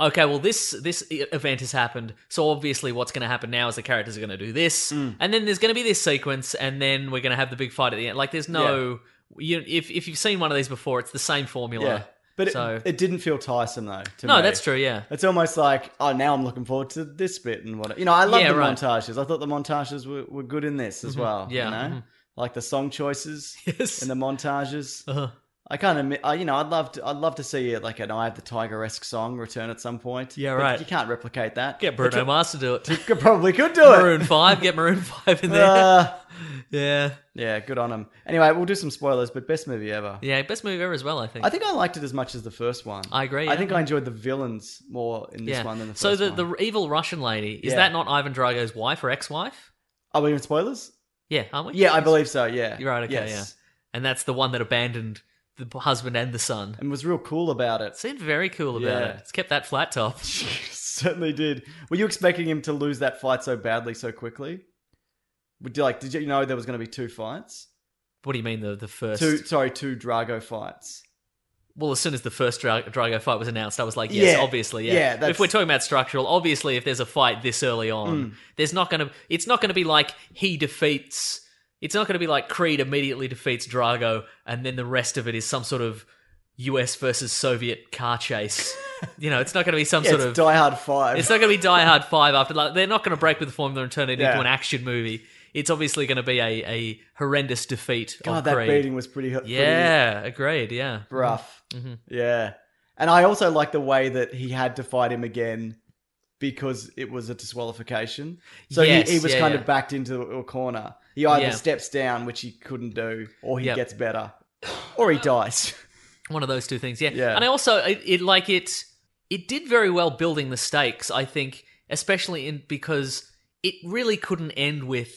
okay, well this this e- event has happened, so obviously what's going to happen now is the characters are going to do this,
Mm.
and then there's going to be this sequence, and then we're going to have the big fight at the end. Like there's no, you if if you've seen one of these before, it's the same formula.
yeah. But it,
so
it didn't feel Tyson though. To
no,
me.
that's true. Yeah,
It's almost like oh, now I'm looking forward to this bit and what you know. I love
Yeah,
the
right.
montages. I thought the montages were, were good in this as well.
yeah,
you know,
mhm.
like the song choices
Yes.
and the montages.
uh-huh.
I kind of, you know, I'd love to, I'd love to see uh, like an Eye of the Tiger esque song return at some point.
Yeah,
but
right.
You can't replicate that.
get Bruno Mars to do it.
You could- probably could do it.
Maroon Five, get Maroon Five in there.
Uh,
yeah,
yeah, good on him. Anyway, we'll do some spoilers, but best movie ever.
yeah, best movie ever as well. I think.
I think I liked it as much as the first one.
I agree,
I
yeah.
think I enjoyed the villains more in this one than the first
so the,
one.
the evil Russian lady is
Yeah.
that not Ivan Drago's wife or ex-wife?
Are we in spoilers?
Yeah, aren't we?
Yeah, I believe so. Yeah,
You're right. Okay,
Yes.
yeah. And that's the one that abandoned the husband and the son.
and was real cool about it.
Seemed very cool about
Yeah.
it. It's kept that flat top.
Certainly did. Were you expecting him to lose that fight so badly so quickly? Would you like? Did you know there was going to be two fights?
what do you mean the the first?
Two, sorry, two Drago fights.
Well, as soon as the first Dra- Drago fight was announced, I was like, yes,
Yeah.
obviously, yeah.
Yeah, that's- Mm.
If we're talking about structural, obviously, if there's a fight this early on, there's not going to. It's not going to be like he defeats. It's not going to be like Creed immediately defeats Drago, and then the rest of it is some sort of US versus Soviet car chase. You know, it's not going to be some
Yeah,
sort
it's
of
Die Hard Five.
It's not going to be Die Hard Five after like they're not going to break with the formula and turn it
Yeah.
into an action movie. It's obviously going to be a, a horrendous defeat.
God,
of
that
Creed.
beating was pretty. pretty
Yeah, agreed. Yeah,
rough.
Mhm.
Yeah, and I also like the way that he had to fight him again because it was a disqualification. So
Yes,
he, he was
yeah,
kind
yeah.
of backed into a corner. He either
Yeah.
steps down, which he couldn't do, or he
Yep.
gets better, or he dies.
One of those two things. Yeah.
Yeah.
And I also it, it like it it did very well building the stakes, I think, especially in because it really couldn't end with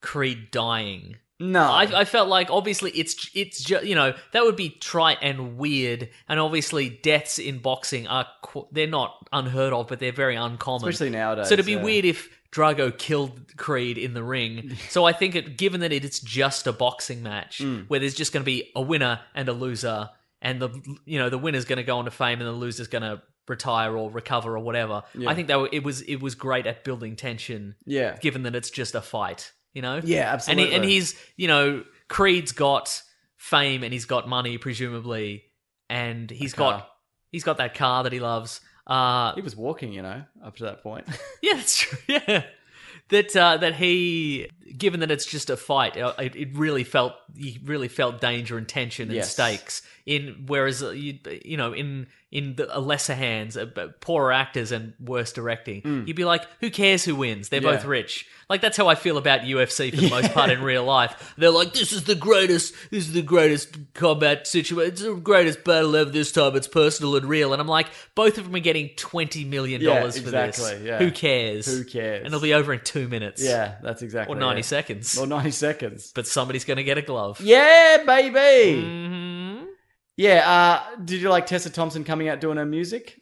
Creed dying.
No,
I, I felt like obviously it's it's ju- you know that would be trite and weird, and obviously deaths in boxing are qu- they're not unheard of, but they're very uncommon,
Especially nowadays,
So it'd be
yeah.
weird if Drago killed Creed in the ring. so I think it, given that it's just a boxing match
Mm.
where there's just going to be a winner and a loser, and the you know the winner's going to go on to fame, and the loser's going to retire or recover or whatever.
Yeah.
I think that it was it was great at building tension
Yeah.
given that it's just a fight, you know?
Yeah,
And, he, and
absolutely.
he's, you know, Creed's got fame and he's got money, presumably, and he's got he's got that car that he loves. Uh,
he was walking, you know, up to that point.
yeah, that's true. Yeah, that uh, that he, given that it's just a fight, uh, it, it really felt you really felt danger and tension and
Yes.
stakes. In whereas uh, you you know in in the uh, lesser hands, uh, but poorer actors and worse directing,
Mm.
you'd be like, who cares who wins? They're both
Yeah.
rich. Like that's how I feel about UFC for the most part in real life. They're like, this is the greatest, this is the greatest combat situation, it's the greatest battle ever. This time it's personal and real. And I'm like, both of them are getting twenty million
Yeah,
dollars for this.
exactly, yeah.
Who cares?
Who cares?
And it'll be over in two minutes.
yeah, that's exactly.
Or 90
it.
seconds.
Or ninety seconds.
But somebody's going to get a glove.
Yeah, baby.
Mhm.
Yeah. Uh, did you like Tessa Thompson coming out doing her music?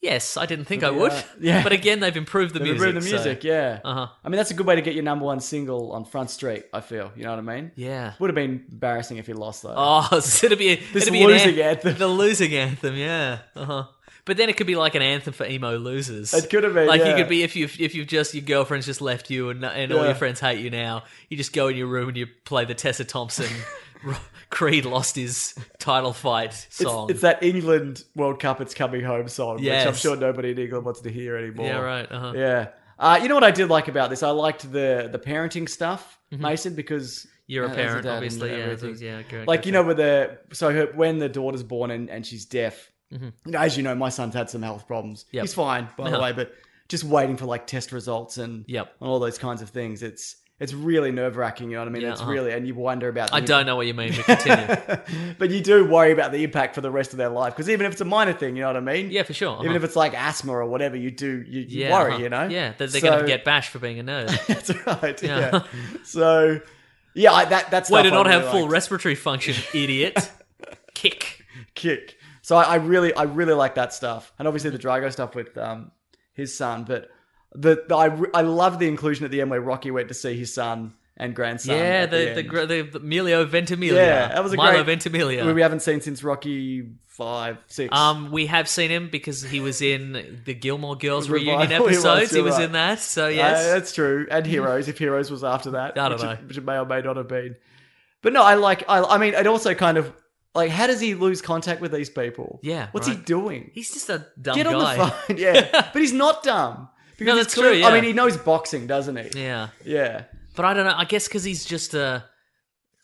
Yes, I didn't think
Yeah.
I would.
uh, Yeah.
But again, they've improved the
They've
music.
improved the music, yeah.
Uh huh.
I mean, that's a good way to get your number one single on Front Street. I feel. You know what I mean?
Yeah.
Would have been embarrassing if he lost though.
Oh, so it'd be
This
it'd be an
losing
an-
anthem.
The losing anthem, yeah. Uh huh. But then it could be like an anthem for emo losers.
It could have been,
like
yeah.
you could be if you if you've just your girlfriend's just left you and and all
Yeah.
your friends hate you now. You just go in your room and you play the Tessa Thompson Creed lost his title fight
It's,
song.
it's that England World Cup it's coming home song, which I'm
Yes.
sure nobody in England wants to hear anymore.
Yeah, right, uh-huh.
Yeah. Uh, you know what I did like about this? I liked the the parenting stuff, Mason, because
Mm-hmm. You're a
as
parent,
dad and
obviously, yeah,
everything.
things- yeah,
like
correct, correct,
you know, with the so her, when the daughter's born and, and she's deaf.
Mhm.
You know, as you know, my son's had some health problems.
Yep.
He's fine, by the
Uh-huh.
way, but just waiting for like test results and
Yep.
and all those kinds of things. It's it's really nerve wracking. You know what I mean?
Yeah,
it's
uh-huh.
really and you wonder about.
I
the-
don't know what you mean, but continue.
but you do worry about the impact for the rest of their life because even if it's a minor thing, you know what I mean?
yeah, for sure.
Even
uh-huh.
if it's like asthma or whatever, you do you, you
yeah,
worry,
uh-huh.
you know?
Yeah, that they're
So-
going to get bashed for being a nerd.
That's right. Yeah.
Yeah.
so yeah, I, that that's
Way to not have full respiratory function, idiot. Kick.
kick. So I, I really I really like that stuff, and obviously the Drago stuff with um his son, but the, the I re- I love the inclusion at the end where Rocky went to see his son and grandson.
Yeah,
at
the the,
end.
gr- the, the Emilio Ventimiglia.
Yeah, that was a
Milo
great-
Ventimiglia.
who we haven't seen since Rocky five six.
um, we have seen him because he was in the Gilmore Girls
Revival,
reunion
he was,
episodes. He was,
you're right.
in that, so
Uh,
yes.
that's true. And Heroes, if Heroes was after that,
I don't
which, It,
know.
which it may or may not have been. But no, I like. I, I mean, it also kind of like how does he lose contact with these people?
Yeah,
what's he
right.
doing?
He's just a dumb
Get
guy.
on the phone, yeah. but he's not dumb. Because
that's
he's clear-
true,
I
yeah.
mean, he knows boxing, doesn't he?
Yeah,
Yeah,
but I don't know. I guess because he's just a.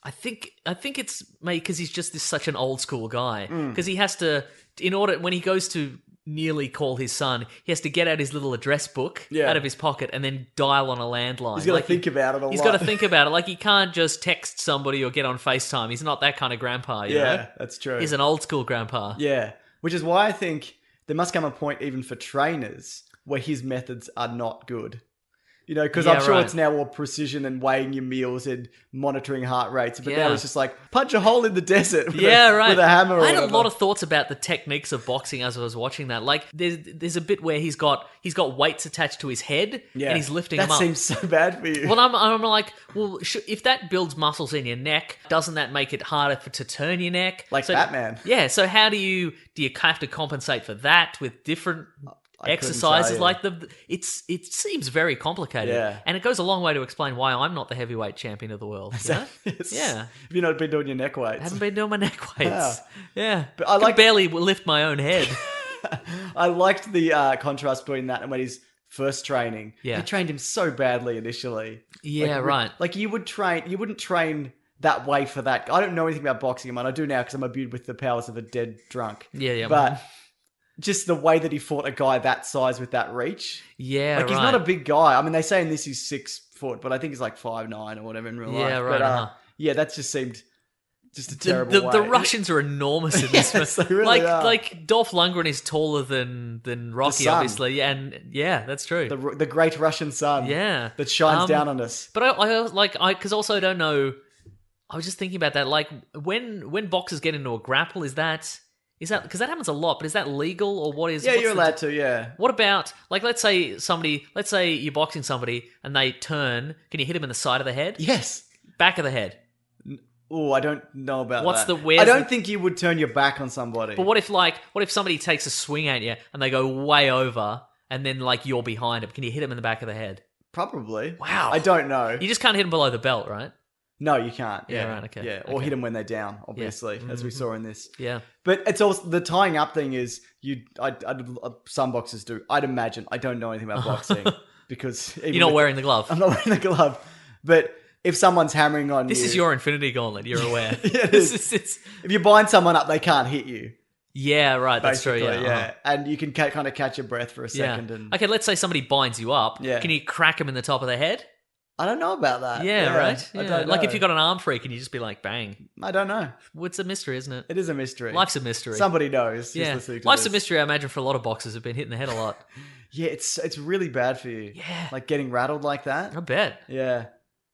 I think I think it's mate because he's just this such an old school guy
Mm.
because he has to in order when he goes to nearly call his son he has to get out his little address book
Yeah.
out of his pocket and then dial on a landline.
he's got to
Like, he-
think about it a
He's
lot.
got to think about it. Like he can't just text somebody or get on FaceTime. He's not that kind of grandpa. You
yeah,
know?
that's true.
he's an old school grandpa.
yeah, which is why I think there must come a point even for trainers where his methods are not good. You know, because I'm
Yeah,
sure
right.
it's now all precision and weighing your meals and monitoring heart rates. But now
Yeah.
it's just like punch a hole in the desert. With
yeah,
a,
right.
With a hammer. or
I had a
whatever.
lot of thoughts about the techniques of boxing as I was watching that. Like there's there's a bit where he's got he's got weights attached to his head
yeah.
and he's lifting
That
them up.
seems so bad for you.
well, I'm, I'm like, well, sh- if that builds muscles in your neck, doesn't that make it harder for, to turn your neck?
Like
so,
Batman.
Yeah. So how do you do? You have to compensate for that with different
I couldn't
exercise
tell
is
you.
like the it's it seems very complicated.
Yeah.
And it goes a long way to explain why I'm not the heavyweight champion of the world. You know? Yeah.
Have you not been doing your neck weights?
haven't been doing my neck weights.
Yeah.
Yeah.
But
But
I
I
like-
can barely lift my own head.
I liked the uh, contrast between that and when he's first training.
Yeah.
He trained him so badly initially.
Yeah,
Like, you-
right.
Like you would train, you wouldn't train that way for that. I don't know anything about boxing, man. I do now because I'm imbued with the powers of a dead drunk.
Yeah, yeah.
But just the way that he fought a guy that size with that reach.
Yeah,
Like he's not a
right.
big guy. I mean, they say in this he's six foot, but I think he's like five nine or whatever in real
Yeah,
life. But, uh,
right, uh-huh.
Yeah, that just seemed just a
The,
terrible
the,
way.
the Russians are enormous in this.
Yes,
film.
they really
like
are.
like Dolph Lundgren is taller than than Rocky,
sun.
obviously, and yeah, that's true.
the, the great Russian sun.
Yeah.
that shines
Um,
down on us.
But I, I like I because also I don't know. I was just thinking about that. Like when when boxers get into a grapple, is that is that because that happens a lot? But is that legal or what is?
Yeah,
what's
you're
the-
allowed to. Yeah,
What about like let's say somebody let's say you're boxing somebody and they turn. Can you hit them in the side of the head?
Yes.
Back of the head.
Oh, I don't know about
What's
that.
the- where's
I don't
the-
think you would turn your back on somebody.
But what if like what if somebody takes a swing at you and they go way over and then like you're behind them? Can you hit them in the back of the head?
Probably.
Wow.
I don't know.
You just can't hit them below the belt, right?
No, you can't. Yeah,
Yeah, right, okay,
Yeah, or hit
okay.
them when they're down, obviously, as we
Mhm.
saw in this.
Yeah.
But it's also the tying up thing is you. I, I- uh, some boxers do. I'd imagine. I don't know anything about boxing because even
You're not
with-
wearing the glove.
I'm not wearing the glove. But if someone's hammering on
This
you,
is your infinity gauntlet. You're aware.
Yeah, it
This
is.
is- it's-
if you bind someone up, they can't hit you.
yeah, right. That's true.
Basically,
Yeah.
yeah.
uh-huh.
And you can ca- kind of catch your breath for a
Yeah.
second. And
okay, let's say somebody binds you up.
Yeah.
Can you crack them in the top of the head?
I don't know about that.
Yeah, right.
I
Yeah.
don't
Like
know.
if you got an arm free, can you just be like bang?
I don't know.
It's a mystery, isn't it?
It is a mystery.
Life's a mystery.
Somebody knows. who's
yeah.
listening to
Life's a
this.
mystery. I imagine for a lot of boxers have been hitting the head a lot.
Yeah, it's it's really bad for you.
Yeah.
like getting rattled like that.
I bet.
Yeah,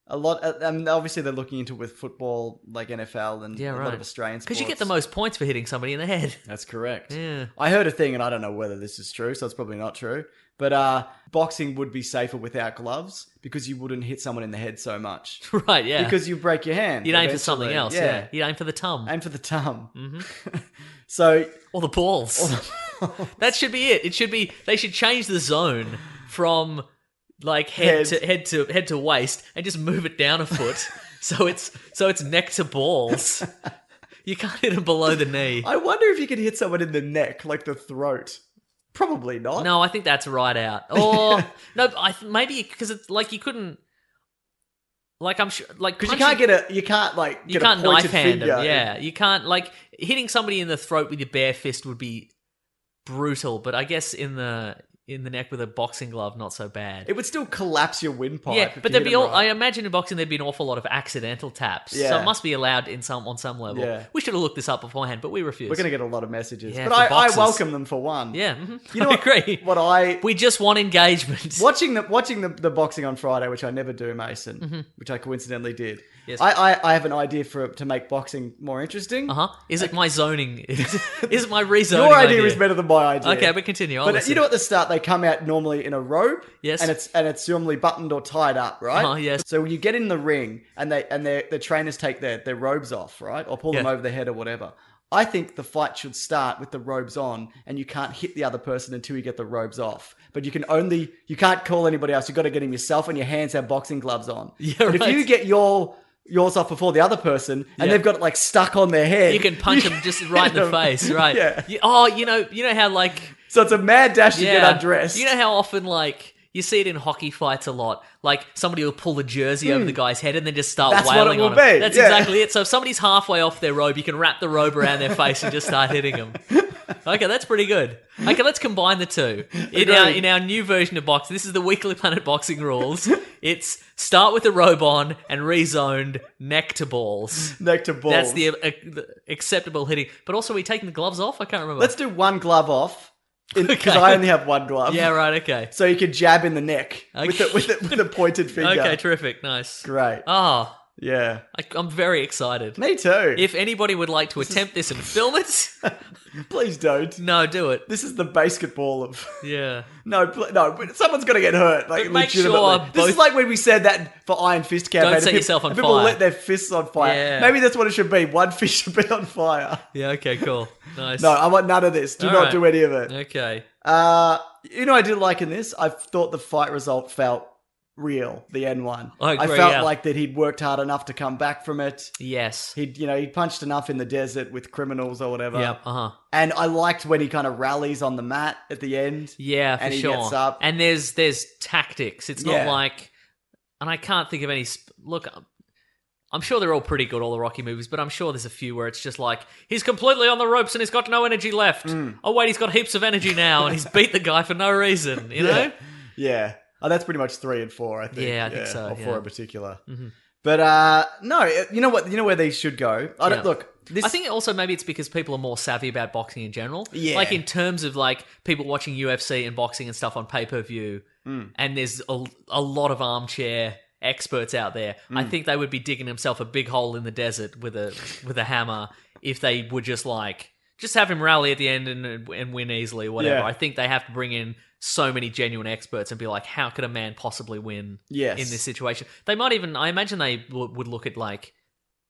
a lot. uh, And obviously, they're looking into it with football, like NFL, and
Yeah,
a
right.
lot of Australian sports.
Because you get the most points for hitting somebody in the head.
That's correct.
Yeah.
I heard a thing, and I don't know whether this is true, so it's probably not true. But uh, boxing would be safer without gloves because you wouldn't hit someone in the head so much.
right. Yeah.
Because you break your hand.
you'd aim for something else.
eventually.
Yeah. You'd aim for the tum
Aim for the tum.
Mhm.
so
or the balls. that should be it. It should be. They should change the zone from like head,
Head.
to head to head to waist and just move it down a foot. so it's so it's neck to balls. you can't hit them below the knee.
I wonder if you could hit someone in the neck, like the throat. Probably not.
No, I think that's right out. Or no, I th- maybe because it's like you couldn't. Like I'm sure, like
because you
punching-
can't get a you can't like
you
get
can't
a
knife
pointed
hand
finger.
them. Yeah, you can't like hitting somebody in the throat with your bare fist would be brutal, but I guess in the in the neck with a boxing glove, not so bad.
It would still collapse your windpipe.
yeah,
if
but
you
there'd
hit
be
them
all. I
right.
imagine in boxing there'd be an awful lot of accidental taps, so
Yeah.
it must be allowed in some on some level.
Yeah.
We should have looked this up beforehand, but we refused.
We're gonna get a lot of messages,
Yeah,
but
for
I, I
boxes.
welcome them for one.
yeah, mhm.
you know
I
what,
agree.
what I
We just want engagement.
watching the watching the, the boxing on Friday, which I never do, Mason, which I coincidentally did.
Mm-hmm. Yes.
I, I I have an idea for to make boxing more interesting.
Uh huh. Is it my zoning? is it my rezoning?
Your idea, is better than my idea.
Okay, but continue. I'll
but uh,
listen.
you know, at the start, they come out normally in a robe.
Yes.
And it's and it's normally buttoned or tied up, right?
Uh-huh, yes.
So when you get in the ring and they and their the trainers take their their robes off, right, or pull them
Yeah.
over their head or whatever. I think the fight should start with the robes on, and you can't hit the other person until you get the robes off. But you can only you can't call anybody else. You've got to get him yourself, and your hands have boxing gloves on.
Yeah,
but if
right.
you get your yours off before the other person, and
Yeah.
they've got it like stuck on their head,
You can punch them just right in the
hit 'em.
face, right?
Yeah.
You- oh, you know, you know how like
So it's a mad dash to
yeah,
get undressed.
You know how often like you see it in hockey fights a lot. Like somebody will pull the jersey over the guy's head and then just start
Hmm. That's what it
wailing
will
on him.
be,
That's
yeah.
exactly it. So if somebody's halfway off their robe, you can wrap the robe around their face and just start hitting them. Okay, that's pretty good. Okay, let's combine the two. In our,
Agreed.
in our new version of boxing, this is the Weekly Planet Boxing rules. It's start with the robe on and rezoned neck to balls.
neck to balls.
That's the, uh, the acceptable hitting. But also, are we taking the gloves off? I can't remember.
Let's do one glove off because
Okay.
I only have one glove.
yeah, right. Okay.
So you can jab in the neck with the
Okay.
with the, with the pointed finger.
Okay. Terrific. Nice.
Great.
Oh,
Yeah.
I, I'm very excited.
Me too.
If anybody would like to attempt this and film it,
Please don't.
No, do it.
This is the basketball of.
Yeah.
No, pl- no, but someone's got to get hurt. Like,
But make sure
legitimately. this
both-
is like when we said that for Iron Fist campaign.
Don't
and
set
people-
yourself on
and People
fire.
let their fists on fire.
Yeah.
Maybe that's what it should be. One fist should be on fire.
Yeah. Okay. Cool. Nice.
No, I want none of this. Do
All
not
right.
do any of it.
Okay.
Uh, you know, I did like in this. I thought the fight result felt real. The N one.
I agree,
felt
Oh, yeah.
like that he'd worked hard enough to come back from it.
Yes.
He'd you know he punched enough in the desert with criminals or whatever.
Yep. Uh huh.
And I liked when he kind of rallies on the mat at the end.
Yeah, for
and he
sure.
gets up.
And there's there's tactics. It's not
Yeah.
like, and I can't think of any. Sp- look, I'm, I'm sure they're all pretty good, all the Rocky movies, but I'm sure there's a few where it's just like he's completely on the ropes and he's got no energy left.
Hmm.
Oh wait, he's got heaps of energy now, and he's beat the guy for no reason. You know?
Yeah. Oh, that's pretty much three and four, I think.
Yeah, I think so,
Or
yeah.
four in particular.
Mhm.
But uh, no, it- you know what? You know where they should go. I don't
Yeah.
look. This
I think also maybe it's because people are more savvy about boxing in general.
Yeah.
Like in terms of like people watching UFC and boxing and stuff on pay per view,
Mm.
and there's a, a lot of armchair experts out there. I
Mm.
think they would be digging themselves a big hole in the desert with a with a hammer if they were just like just have him rally at the end and and win easily, or whatever.
Yeah.
I think they have to bring in so many genuine experts and be like, how could a man possibly win?
Yes.
in this situation, they might even. I imagine they w- would look at like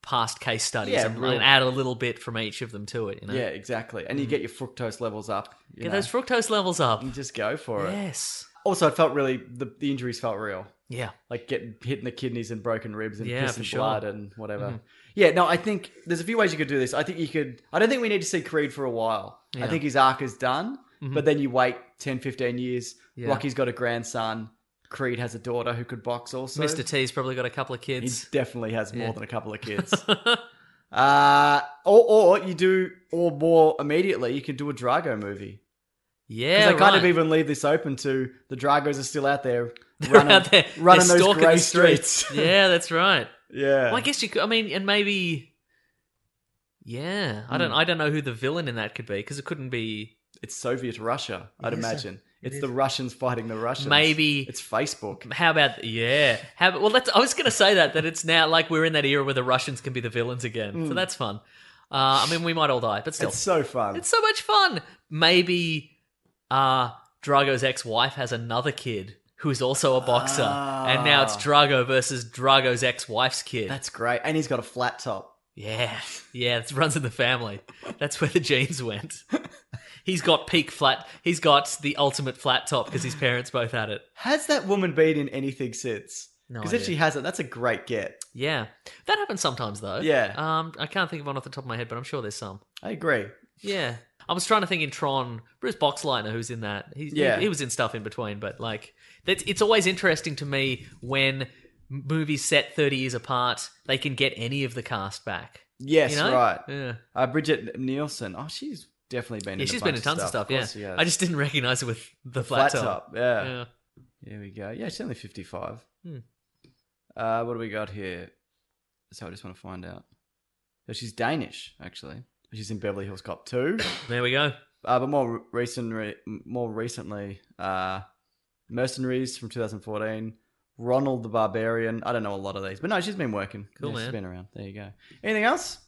past case studies
Yeah,
and,
real-
and add a little bit from each of them to it. You know,
Yeah, exactly. And you get your fructose levels up. You
get
know,
those fructose levels up.
and just go for it.
Yes,
Also, it felt really the, the injuries felt real,
yeah,
like getting hit in the kidneys and broken ribs and
Yeah,
piss
for
and
sure.
blood and whatever.
Mhm.
Yeah, no, I think there's a few ways you could do this. I think you could. I don't think we need to see Creed for a while.
Yeah.
I think his arc is done.
Mhm.
But then you wait 10, 15 years.
Yeah.
Rocky's got a grandson. Creed has a daughter who could box also.
Mr. T's probably got a couple of
He
kids.
definitely has more
Yeah.
than a couple of kids. uh, or, or you do, or more immediately, you can do a Drago movie.
yeah,
Because they kind
right.
of even leave this open to the Dragos are still out there
They're
running,
out there,
running
they're
those
stalking
grey
the
streets.
yeah, that's right.
yeah.
Well, I guess you could. I mean, and maybe. Yeah, I don't.
Mm.
I don't know who the villain in that could be because it couldn't be.
it's Soviet Russia, I'd
It is.
imagine.
It
It's
is.
the Russians fighting the Russians.
Maybe-
It's Facebook.
How about yeah? How about, well, that's. I was going to say that that it's now like we're in that era where the Russians can be the villains again. So
Mm.
that's fun. Uh, I mean, we might all die, but still,
It's so fun.
It's so much fun. Maybe uh Drago's ex-wife has another kid who's also a boxer, and now it's
Ah.
Drago versus Drago's ex-wife's kid.
That's great. And he's got a flat top.
yeah, yeah, it runs in the family. That's where the genes went. He's got peak flat. He's got the ultimate flat top because his parents both had it.
Has that woman been in anything since?
No
Because if
idea.
she hasn't, that's a great get.
Yeah, that happens sometimes though.
Yeah.
Um, I can't think of one off the top of my head, but I'm sure there's some.
I agree.
Yeah. I was trying to think in Tron, Bruce Boxleitner, who's in that. He, he-
Yeah.
he, was in stuff in between, but like, that's, it's always interesting to me when m- movies set 30 years apart, they can get any of the cast back.
Yes,
you know?
right.
Yeah.
Uh, Bridget Nielsen. Oh, she's definitely been.
yeah
in
she's
a
been
bunch
in tons of stuff,
Of course she
yeah.
has.
I just didn't recognize it with the,
flat
flat,
top.
top.
Yeah.
Yeah.
Here we go. Yeah, she's only fifty-five.
Hmm.
Uh, what do we got here? So I just want to find out. So she's Danish, actually. She's in Beverly Hills Cop Two,
There we go.
uh, but more re- recent, re- more recently, uh, Mercenaries from 2014, Ronald the Barbarian. I don't know a lot of these, but no, she's been working.
Cool,
yeah, She's
man.
been around. There you go. Anything else?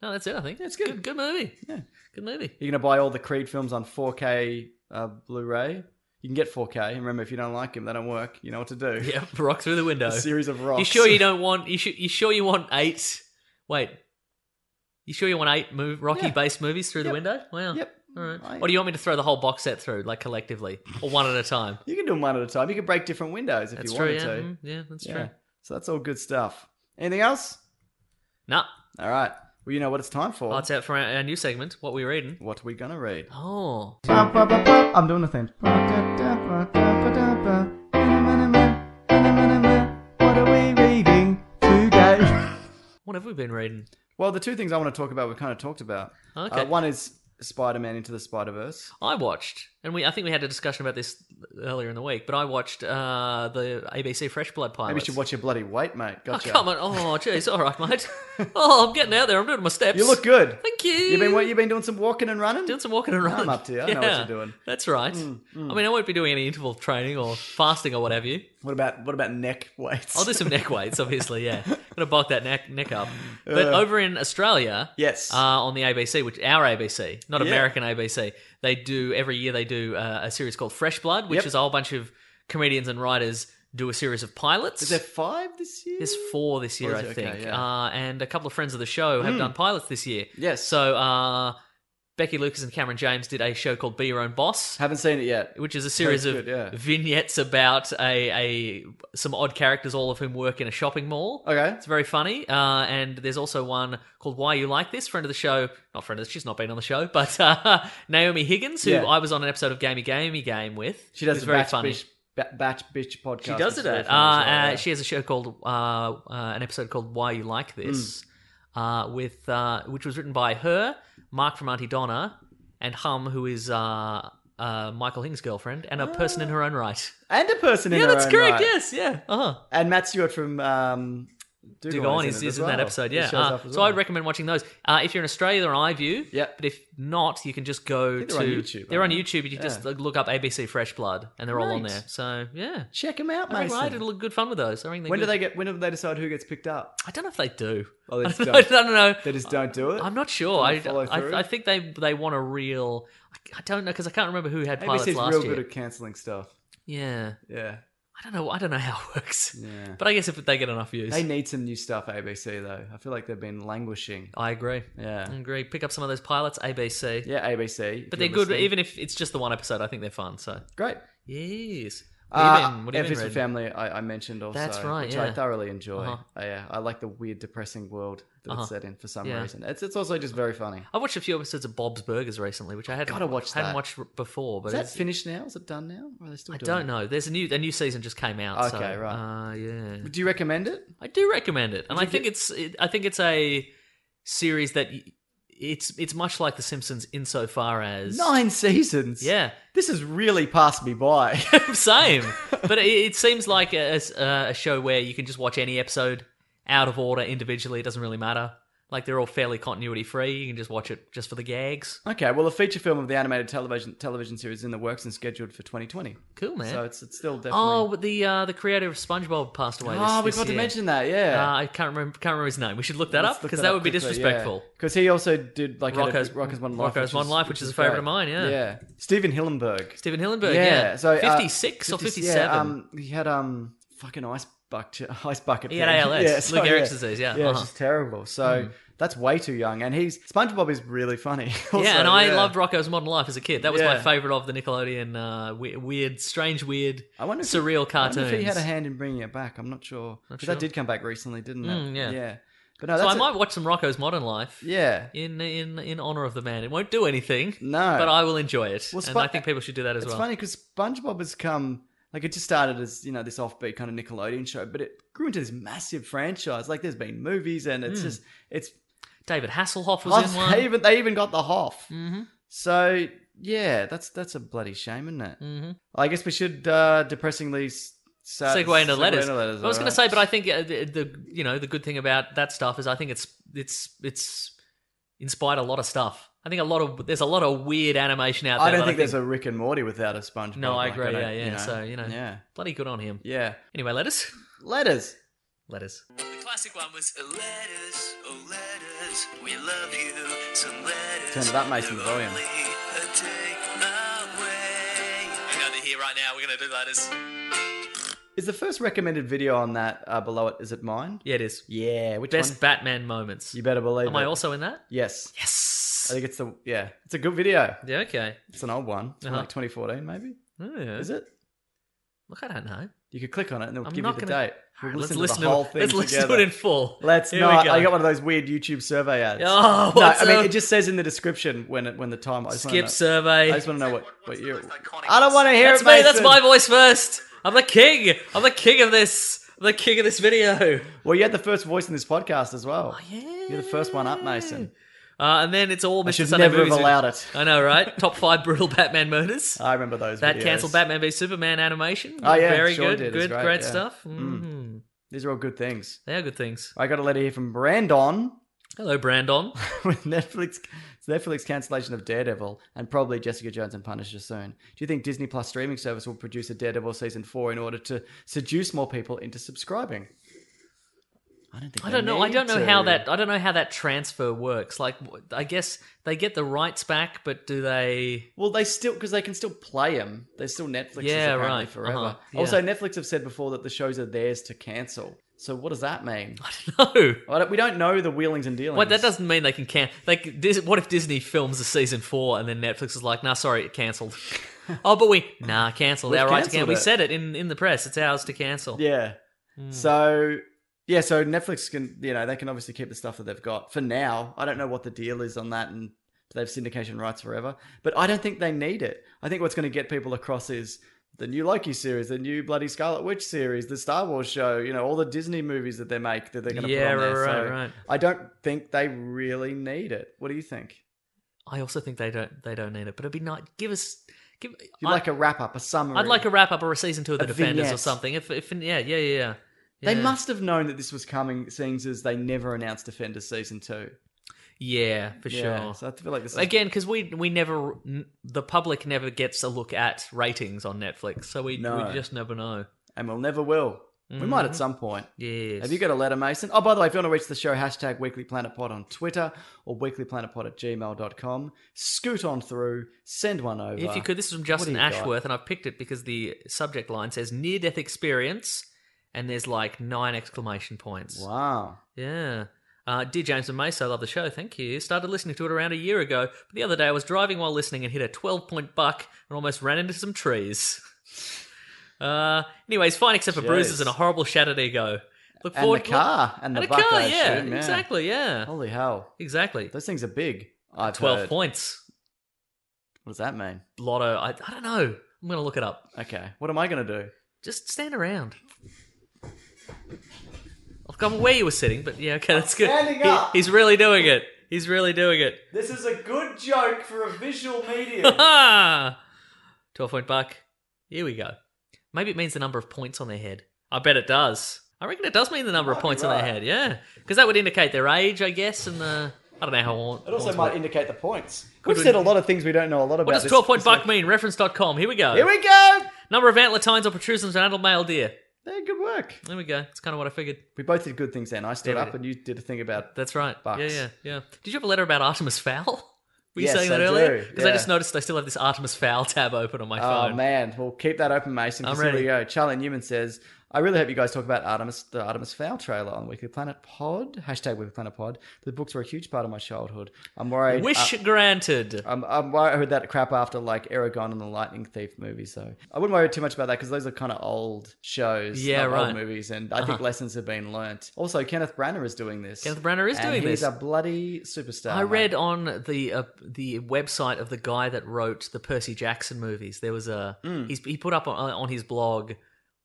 No, that's it, I think.
That's good.
Good, movie.
Yeah.
Good movie.
You're gonna buy all the Creed films on 4K uh, Blu-ray. You can get 4K. Remember, if you don't like them, they don't work. You know what to do.
Yeah. Rock through the window.
A series of rocks.
You sure you don't want? You sure you sure you want eight? Wait, you sure you want eight move,
Yeah.
Rocky-based movies through the
Yep.
window? Wow.
Yep.
All right.
I-
or do you want me to throw the whole box set through, like collectively, or one at a time?
You can do them one at a time. You can break different windows if
that's
you
true.
wanted
Yeah.
to.
mhm, yeah, that's
yeah.
true.
So that's all good stuff. Anything else?
Nah,
All right. Well, you know what it's time for.
that's out for our, our new segment. What we reading?
what we gonna read?
Oh,
I'm doing the thing. What are we reading today?
what have we been reading?
Well, the two things I want to talk about, we've kind of talked about.
Okay.
Uh, one is Spider-Man into the Spider-Verse.
I watched, and we I think we had a discussion about this earlier in the week, but I watched uh, the ABC Fresh Blood pilot.
Maybe you should watch your bloody weight, mate. Gotcha.
Oh, come on. Oh, jeez. All right, mate. Oh, I'm getting out there. I'm doing my steps.
You look good.
Thank you.
You've been what, you've been doing some walking and running.
Doing some walking and running.
I'm up to you. I know
Yeah.
what you're doing. Mm,
That's right. I mean, I won't be doing any interval training or fasting or what have you.
What about what about neck weights?
I'll do some neck weights, obviously. Yeah, gonna bulk that neck neck up. But
Uh.
over in Australia,
Yes.
uh, on the ABC, which our ABC, not
Yeah.
American ABC, they do every year. They do uh, a series called Fresh Blood, which
Yep.
is a whole bunch of comedians and writers do a series of pilots.
Is there five this year?
There's four this year,
Four
I
this year,
think,
okay, yeah.
uh, and a couple of friends of the show have
Mm.
done pilots this year.
Yes.
So uh, Becky Lucas and Cameron James did a show called Be Your Own Boss,
Haven't seen it yet.
which is a series
Sounds
of
good, yeah.
vignettes about a, a some odd characters, all of whom work in a shopping mall.
Okay.
It's very funny, uh, and there's also one called "Why You Like This." Friend of the show, not friend of the, she's not been on the show, but uh, Naomi Higgins, who
Yeah.
I was on an episode of Gamey Gamey Game with.
She does
who's
the
very
batch
funny.
bitch, ba- batch bitch podcast.
She does it.
It's very
At, uh,
funny as well,
uh,
yeah.
She has a show called uh, uh, an episode called "Why You Like
Hmm.
This," uh, with uh, which was written by her, Mark from Auntie Donna, and Hum, who is uh, uh, Michael Hing's girlfriend and a person in her own right.
and a person in
yeah,
her
that's
own
correct.
right.
Yes, yeah. Uh-huh.
And Matt Stewart from um, Dugon
Dugon
in
is,
it
is
as
in that
well.
episode,
He
yeah.
shows
Uh,
up as
so
well.
I'd recommend watching those. Uh, if you're in Australia, they're on iView.
Yep.
But if not, you can just go
think
to.
they're on YouTube,
They're on
aren't they?
YouTube. You
Yeah.
just look up ABC Fresh Blood, and they're all on
Right.
there. So yeah,
Check him out,
I reckon
Mason.
I had a little good fun with those. I reckon they're
when do
good.
they get? When do they decide who gets picked up?
I don't know if they do.
Oh, they just
I
don't.
don't know.
They just don't do it.
I'm not sure.
Don't
I,
follow through?
I, I think they they want a real. I- I don't know because I can't remember who had pilots
ABC's
last
real
year.
good at cancelling stuff.
Yeah,
Yeah,
I don't know. I don't know how it works.
yeah.
But I guess if they get enough views,
They need some new stuff, ABC though. I feel like they've been languishing.
I agree. I
Yeah,
agree. Pick up some of those pilots, ABC.
yeah. ABC, if
Mm. but
you're
they're good.
listening.
Even if it's just the one episode, I think they're fun. So
great.
yes. What do you
Uh,
mean? What do you
F
mean,
is for
Red?
family. I, I mentioned also.
That's right,
Which I
yeah.
thoroughly enjoy.
Uh-huh.
I, yeah, I like the weird, depressing world that
Uh-huh.
it's set in for some
Yeah.
reason. It's, it's also just very funny.
I watched a few episodes of Bob's Burgers recently, which I hadn't
Gotta watch
hadn't
that.
watched r- before. But
Is that
it's-
finished now? Is it done now? Or are they still?
I
doing
don't
it?
know. There's a new a new season just came out. so,
Okay, right.
Uh, yeah.
Do you recommend it?
I do recommend it, and
Did
I
you
think
get-
it's it, I think it's a series that y- it's it's much like The Simpsons insofar as
Nine seasons.
yeah
This has really passed me by.
same, but it, it seems like a, a s- a show where you can just watch any episode out of order individually. It doesn't really matter. Like they're all fairly continuity free. You can just watch it just for the gags.
okay, well, a feature film of the animated television television series is in the works and scheduled for 2020.
Cool man.
So it's, it's still definitely.
oh, but the uh, the creator of SpongeBob passed away. This,
Oh, we
this
forgot to
year.
mention that. Yeah.
Uh, I can't remember can't remember his name. We should look that up because that would be disrespectful.
Because he also did like had a-
Rocko's-
Rocko's Modern Life,
Rocko's
which
Modern
is,
Life, which is a favourite
great.
of mine, yeah.
yeah. Steven Hillenberg.
Stephen Hillenburg, yeah,
So uh,
fifty six
56
or fifty seven.
Yeah, um, he had um fucking ice bucket. Ice bucket.
He had
thing.
ALS, Lou
so,
Gehrig's disease,
Yeah,
yeah, uh-huh. Hmm.
it's just terrible. So that's way too young. And he's SpongeBob is really funny. also,
yeah, and I
yeah.
loved Rocco's Modern Life as a kid. That was my
Yeah.
favorite of the Nickelodeon uh, we- weird, strange, weird,
I wonder if he-
surreal
I
cartoons.
wonder if he had a hand in bringing it back. I'm not sure.
Not
Because
sure.
that did come back recently, didn't it?
Mm, yeah.
Yeah. But no,
so
that's
I
a-
might watch some Rocco's Modern Life
Yeah.
in in in honor of the man. It won't do anything,
No.
but I will enjoy it,
Well,
and I
Spon-
think people should do that as
it's
well.
funny because SpongeBob has come like it just started as you know this offbeat kind of Nickelodeon show, but it grew into this massive franchise. Like there's been movies, and it's just it's
David Hasselhoff Hmm. was in
oh,
one. Hmm. Mm-hmm,
they even they even got the Hoff. So yeah, that's that's a bloody shame, isn't it?
Mhm.
I guess we should uh, depressingly s- sa-
segue into letters. I was
all
going to
right.
say, but I think uh, the, the you know the good thing about that stuff is I think it's it's it's inspired a lot of stuff. I think a lot of there's a lot of weird animation out there.
I don't
that
think there's a Rick and Morty without a SpongeBob.
No, I
Like,
agree.
don't-
yeah, yeah. so you know,
yeah,
bloody good on him.
yeah.
Anyway, letters,
Letters.
letters.
The classic one was uh, letters, oh letters, we love you. Some letters.
Turn it up, Mason,
they're
volume.
only a uh, take away. I got it here right now. We're gonna do letters.
Is the first recommended video on that uh, below it? Is it mine?
Yeah, it is.
Yeah, which
Best
one?
Batman moments.
You better believe
Am
it.
I also in that?
Yes.
Yes.
I think it's the yeah. It's a good video.
Yeah. Okay.
It's an old one. It's from
Uh-huh.
like 2014 maybe.
Yeah.
Is it?
Look, I don't know.
You could click on it and it'll
I'm
give you
not
the
gonna-
date. We'll
All right,
listen to
let's
the whole
listen
thing
Let's
together.
listen to it in full.
Let's
Here we
not.
go.
I got one of those weird YouTube survey ads.
Oh,
no,
what's
I mean
up?
it just says in the description when it, when the time. I just wanna
Skip
know-
survey.
I just want to know what what you. I don't want to hear
That's
it.
me. That's
Mason.
my voice first. I'm the king. I'm the king of this. I'm the king of this video.
Well, you had the first voice in this podcast as well.
Oh, yeah.
You're the first one up, Mason.
Uh, and then it's all Mr.
I should
Sunday
never have
movies.
allowed it.
I know, right? Top five brutal Batman murders.
I remember those.
That
videos.
cancelled Batman v Superman animation.
Oh yeah,
very
sure
good,
did. It's
good,
great, yeah.
stuff.
Mm.
Mhm.
These are all good things.
They are good things.
I got a letter here from Brandon
Hello, Brandon.
with Netflix. It's Netflix cancellation of Daredevil and probably Jessica Jones and Punisher soon. Do you think Disney Plus streaming service will produce a Daredevil season four in order to seduce more people into subscribing? I don't think.
I
they
don't know. I
need
don't know
to.
how that. I don't know how that transfer works. Like, w- I guess they get the rights back, but do they?
Well, they still because they can still play them. They're still Netflix.
Yeah,
apparently
right.
Forever.
Uh-huh. Yeah.
Also, Netflix have said before that the shows are theirs to cancel. So what does that mean?
No.
I don't- we don't know the wheelings and dealings.
What that doesn't mean they can can like Dis- what if Disney films a season four and then Netflix is like, nah, sorry, it cancelled. oh, but we nah cancelled.
We've
Our right to
cancelled
cancel. We
it.
said it in in the press. It's ours to cancel. Hmm.
Yeah. So yeah, so Netflix can you know they can obviously keep the stuff that they've got for now. I don't know what the deal is on that, and they have syndication rights forever. But I don't think they need it. I think what's going to get people across is the new Loki series, the new bloody Scarlet Witch series, the Star Wars show. You know all the Disney movies that they make that they're going to put
Yeah,
on there.
right,
so
right.
I don't think they really need it. What do you think?
I also think they don't they don't need it, but it'd be nice. Give us give.
You
I-
like a wrap up, a summary?
I'd like a wrap up or a season two of the
A
Defenders or
vignette.
something. If if yeah yeah yeah. yeah.
They
Yeah.
must have known that this was coming, seeing as they never announced Defenders season two.
Yeah, for
Yeah,
sure.
so I feel like this is-
again because we we never n- the public never gets a look at ratings on Netflix, so we
No.
we just never know.
and we'll never will. We might at
Mhm.
some point.
Yes.
Have you got a letter, Mason? Oh, by the way, if you want to reach the show, hashtag Weekly Planet Pod on Twitter or weeklyplanetpod at gmail.com. Scoot on through, send one over.
If you could, this is from
What do
Justin
you got?
Ashworth, and I've picked it because the subject line says near death experience, and there's like nine exclamation points.
Wow.
Yeah. Uh, Dear James and Mace, I love the show. Thank you. Started listening to it around a year ago, but the other day I was driving while listening and hit a 12 point buck and almost ran into some trees. Uh, anyways, fine except for bruises
Jeez.
and a horrible shattered ego. Look
And
forward
the
to-
car, and the
a
buck,
car,
I
yeah,
assume, yeah.
exactly, yeah,
Holy hell.
exactly.
Those things are big. I've
12
heard.
points.
What does that mean?
Lotto. I, I don't know. I'm gonna look it up.
Okay. What am I going to do?
Just stand around. Look, I'm aware you were sitting, but yeah, okay, that's good.
standing
He-
up.
he's really doing it. He's really doing it.
This is a good joke for a visual medium.
Ah, Twelve point buck. Here we go. Maybe it means the number of points on their head. I bet it does. I reckon it does mean the number of
Might be
points on
right.
their head. Yeah, because that would indicate their age, I guess, and the I don't know how old.
It also might indicate the points.
Could
We've said a
we-
lot of things we don't know a lot about.
What does
this-
twelve point
this
buck
week.
mean? Reference.com. Here we go.
Here we go.
Number of antlertines or protrusions in adult male deer.
Yeah, good work.
There we go. That's kind of what I figured.
We both did good things then. I stood
Yeah, we
up
did.
and you did a thing about
That's right.
Bucks.
Yeah, yeah, yeah. Did you have a letter about Artemis Fowl? Were you
Yes,
saying that
I
earlier?
do,
Because I
yeah.
just noticed I still have this Artemis Fowl tab open on my
Oh
phone.
man, well keep that open, Mason. 'cause
I'm
Here we
ready.
go. Charlie Newman says, "I really hope you guys talk about Artemis, the Artemis Fowl trailer on Weekly Planet Pod hashtag Weekly Planet Pod. The books were a huge part of my childhood. I'm worried.
Wish
uh,
granted.
I'm, I'm worried I heard that crap after like Aragon and the Lightning Thief movies, so I wouldn't worry too much about that because those are kind of old shows,
Yeah,
not old
right.
movies, and I think
Uh-huh.
lessons have been learnt. Also, Kenneth Branagh is doing this.
Kenneth Branagh is
And
doing
he's
this.
a bloody superstar.
I
mate.
read on the uh, the website of the guy that wrote the Percy Jackson movies. There was a
Mm.
he's, he put up on, uh, on his blog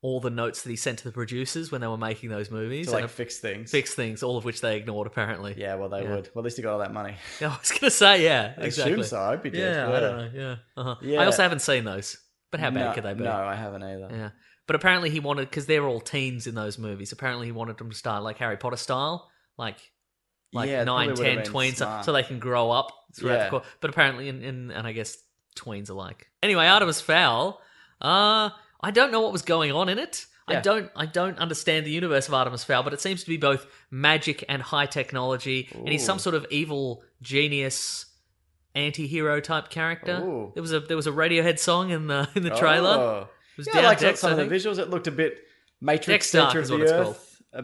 all the notes that he sent to the producers when they were making those movies
to
and
like
it
fix things.
fixed things, all of which they ignored apparently.
Yeah, well, they
Yeah.
would. Well, at least he got all that money.
I was gonna say yeah,
I
exactly.
assume so. I hope he did.
Yeah,
Yeah.
I don't know. Yeah. Uh-huh.
Yeah.
I also haven't seen those, but how bad
no,
could they be?
No, I haven't either.
Yeah. But apparently he wanted because they're all teens in those movies. Apparently he wanted them to start like Harry Potter style, like like
Yeah, it probably
nine,
would have
ten,
been
tweens, so,
smart.
so they can grow up throughout
Yeah.
the course. But apparently, in, in and I guess tweens alike. Anyway, Artemis Fowl. Uh, I don't know what was going on in it.
Yeah.
I don't. I don't understand the universe of Artemis Fowl, but it seems to be both magic and high technology, and he's
Ooh.
some sort of evil genius. Anti-hero type character.
Ooh.
There was a there was a Radiohead song in the in the trailer.
Oh.
It was
yeah,
down
I liked
Dex,
some
I
of the
think.
visuals. It looked a bit Matrix
Dex Dark
Center of
is
the
what it's
Earth,
called.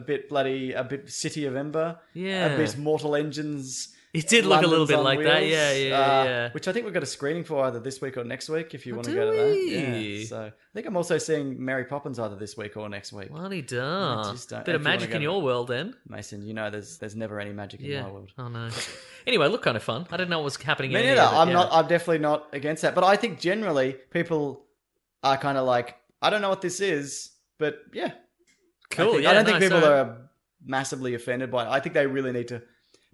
a bit bloody, a bit City of Ember, a
Yeah.
bit Mortal Engines.
It did look a little
London's
bit
on
like that,
wheels,
yeah, yeah,
uh,
yeah.
Which I think we've got a screening for either this week or next week. If you
Oh,
want to
do
go to that, yeah.
we?
So I think I'm also seeing Mary Poppins either this week or next week.
Bloody duh.
just uh, don't-
Bit
if
of
you wanna
magic
go
in
to-
your world, then.
Mason, you know there's there's never any magic in
Yeah.
my world.
Oh no. anyway, look kind of fun. I didn't know what was happening.
Me
in any
neither.
of it,
I'm
yeah.
not. I'm definitely not against that. But I think generally people are kind of like, I don't know what this is, but yeah,
Cool.
I, think-
yeah,
I don't
no,
think people
so-
are massively offended by it. I think they really need to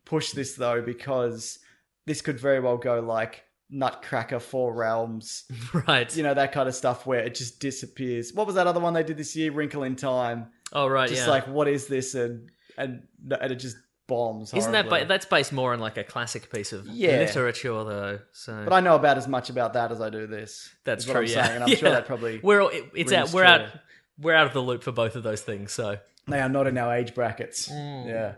push this though because this could very well go like Nutcracker, Four Realms,
right?
You know that kind of stuff where it just disappears. What was that other one they did this year? Wrinkle in Time.
Oh right,
just
yeah.
like what is this and and and it just bombs.
Isn't that
horribly.
ba- that's based more on like a classic piece of
Yeah.
literature though? So,
But I know about as much about that as I do this.
that's
is what
true.
I'm
yeah,
saying, and I'm
yeah.
sure that probably
we're all- it- it's out.
rings
We're
true.
out. We're out of the loop for both of those things. So
They are not in our age brackets.
Mm.
Yeah,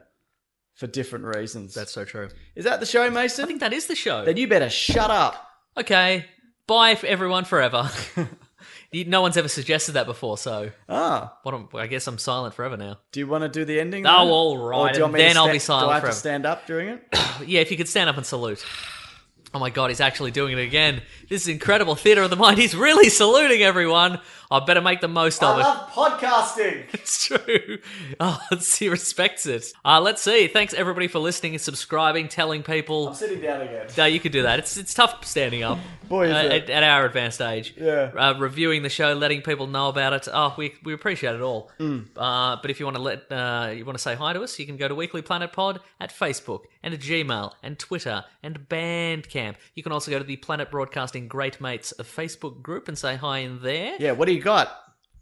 for different reasons.
that's so true.
Is that the show, Mason?
I think that is the show.
Then you better shut up.
okay, bye f- everyone forever. You- no one's ever suggested that before, so
Ah,
what? am- I guess I'm silent forever now.
do you want to do the ending?
Oh,
then?
all
Or
right,
do you want
and
me to
then I'll
sta-
be silent
Do I have
forever.
to stand up during it?
Yeah, if you could stand up and salute. Oh my god, he's actually doing it again. This is incredible theater of the mind. He's really saluting everyone. I better make the most of
I
it.
love podcasting.
It's true. Oh, he respects it. Uh, let's see. Thanks everybody for listening and subscribing, telling people.
I'm sitting down again.
No, you could do that. It's it's tough standing up.
Boy, is
uh,
it.
At, at our advanced age.
Yeah.
Uh, reviewing the show, letting people know about it. Oh, we, we appreciate it all.
Mm.
Uh, but if you want to let uh, you want to say hi to us, you can go to Weekly Planet Pod at Facebook and Gmail and Twitter and Bandcamp. You can also go to the Planet Broadcasting Great Mates uh, Facebook group and say hi in there.
Yeah, what do you got?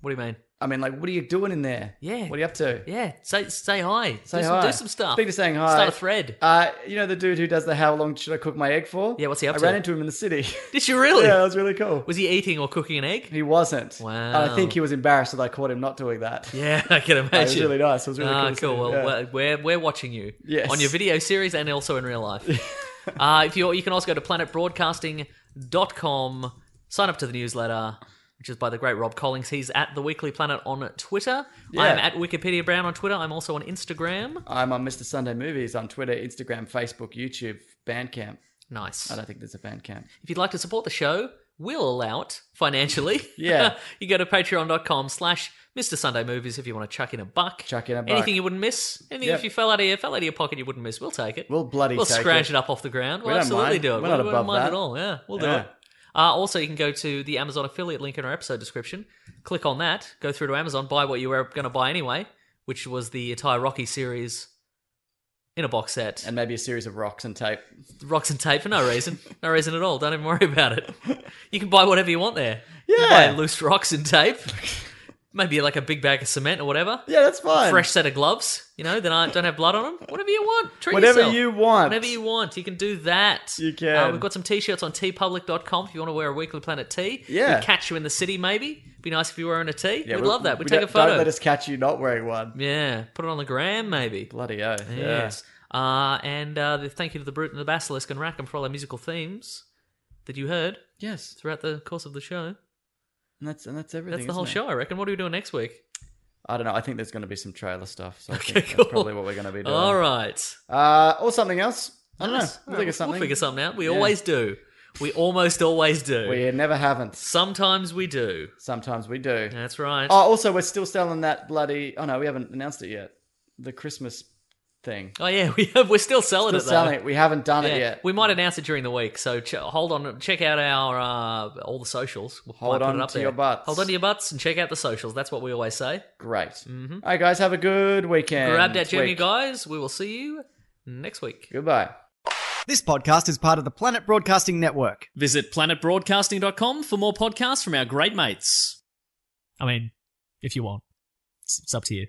What do you mean?
I mean, like, what are you doing in there?
Yeah.
What are you up to?
Yeah, say say hi.
Say
do,
hi.
Some, do some stuff.
Speaking of saying hi-
start a thread.
Uh, you know the dude who does the how long should I cook my egg for?
Yeah, what's he up
I
to?
ran into him in the city.
Did you really?
yeah, that was really cool.
Was he eating or cooking an egg?
He wasn't.
Wow.
And I think he was embarrassed that I caught him not doing that.
Yeah, I can imagine.
it was really nice. It was really cool
ah,
to see.
Well,
Yeah.
we're- we're we're watching you
Yes.
on your video series and also in real life. uh, if you you can also go to planetbroadcasting.com, sign up to the newsletter. Which is by the great Rob Collings. He's at the Weekly Planet on Twitter.
Yeah.
I'm at Wikipedia Brown on Twitter. I'm also on Instagram.
I'm on Mr. Sunday Movies on Twitter, Instagram, Facebook, YouTube, Bandcamp.
Nice.
I don't think there's a Bandcamp.
If you'd like to support the show, we'll allow it financially.
Yeah.
you go to patreon.com slash Mr. Sunday Movies if you want to chuck in a buck.
Chuck in a buck.
Anything you wouldn't miss. Anything
Yep.
if you fell out of your fell out of your pocket you wouldn't miss. We'll take it.
We'll bloody
We'll
take
scratch
it.
it. up off the ground.
We
We'll
don't
absolutely
mind.
do it.
We're not
we
above
don't mind
that.
at all. Yeah, we'll do
Yeah.
it. Uh, also, you can go to the Amazon affiliate link in our episode description. Click on that. Go through to Amazon. Buy what you were going to buy anyway, which was the entire Rocky series in a box set
And maybe a series of rocks and tape.
rocks and tape for no reason. No reason at all. Don't even worry about it. You can buy whatever you want there. You can
Yeah.
buy loose rocks and tape. Maybe like a big bag of cement or whatever.
Yeah, that's fine.
Fresh set of gloves, you know, that aren't, don't have blood on them. Whatever you want. Treat
Whatever
yourself.
you want.
Whatever you want. You can do that.
You can.
Uh, we've got some t shirts on tpublic.com if you want to wear a Weekly Planet tee.
Yeah.
We'd catch you in the city maybe. Be nice if you were wearing a tee.
Yeah,
We'd
we-
love that.
we
We'd take
don't-
a photo.
Don't let us catch you not wearing one.
Yeah. Put it on the gram maybe.
Bloody oh. Yeah.
Yes. Uh, and uh, the thank you to the Brute and the Basilisk and Rackham for all their musical themes that you heard
Yes.
throughout the course of the show.
And that's and that's everything.
That's the whole
isn't it?
show, I reckon. What are we doing next week?
I don't know. I think there's going to be some trailer stuff. So I
Okay,
think
cool.
that's probably what we're going to be doing.
All right.
Uh, or something else. I don't
Nice.
know. We'll think of something.
We'll figure something out. We
Yeah.
always do. We almost always do.
We never haven't.
Sometimes we do.
Sometimes we do.
That's right.
Oh, also, we're still selling that bloody. Oh no, we haven't announced it yet. The Christmas thing.
Oh, yeah, we have, we're still selling
Still
it though.
selling it. We haven't done
Yeah.
it yet.
We might announce it during the week, so ch- hold on. Check out our uh, all the socials. We'll
Hold
might put
on
it up
to
there.
your butts.
Hold on to your butts and check out the socials. That's what we always say. Mm-hmm.
Great. All right, guys, have a good weekend.
Grab that Jimmy,
Week.
guys. We will see you next week.
Goodbye.
This podcast is part of the Planet Broadcasting Network.
Visit planetbroadcasting.com for more podcasts from our great mates. I mean, if you want, it's, it's up to you.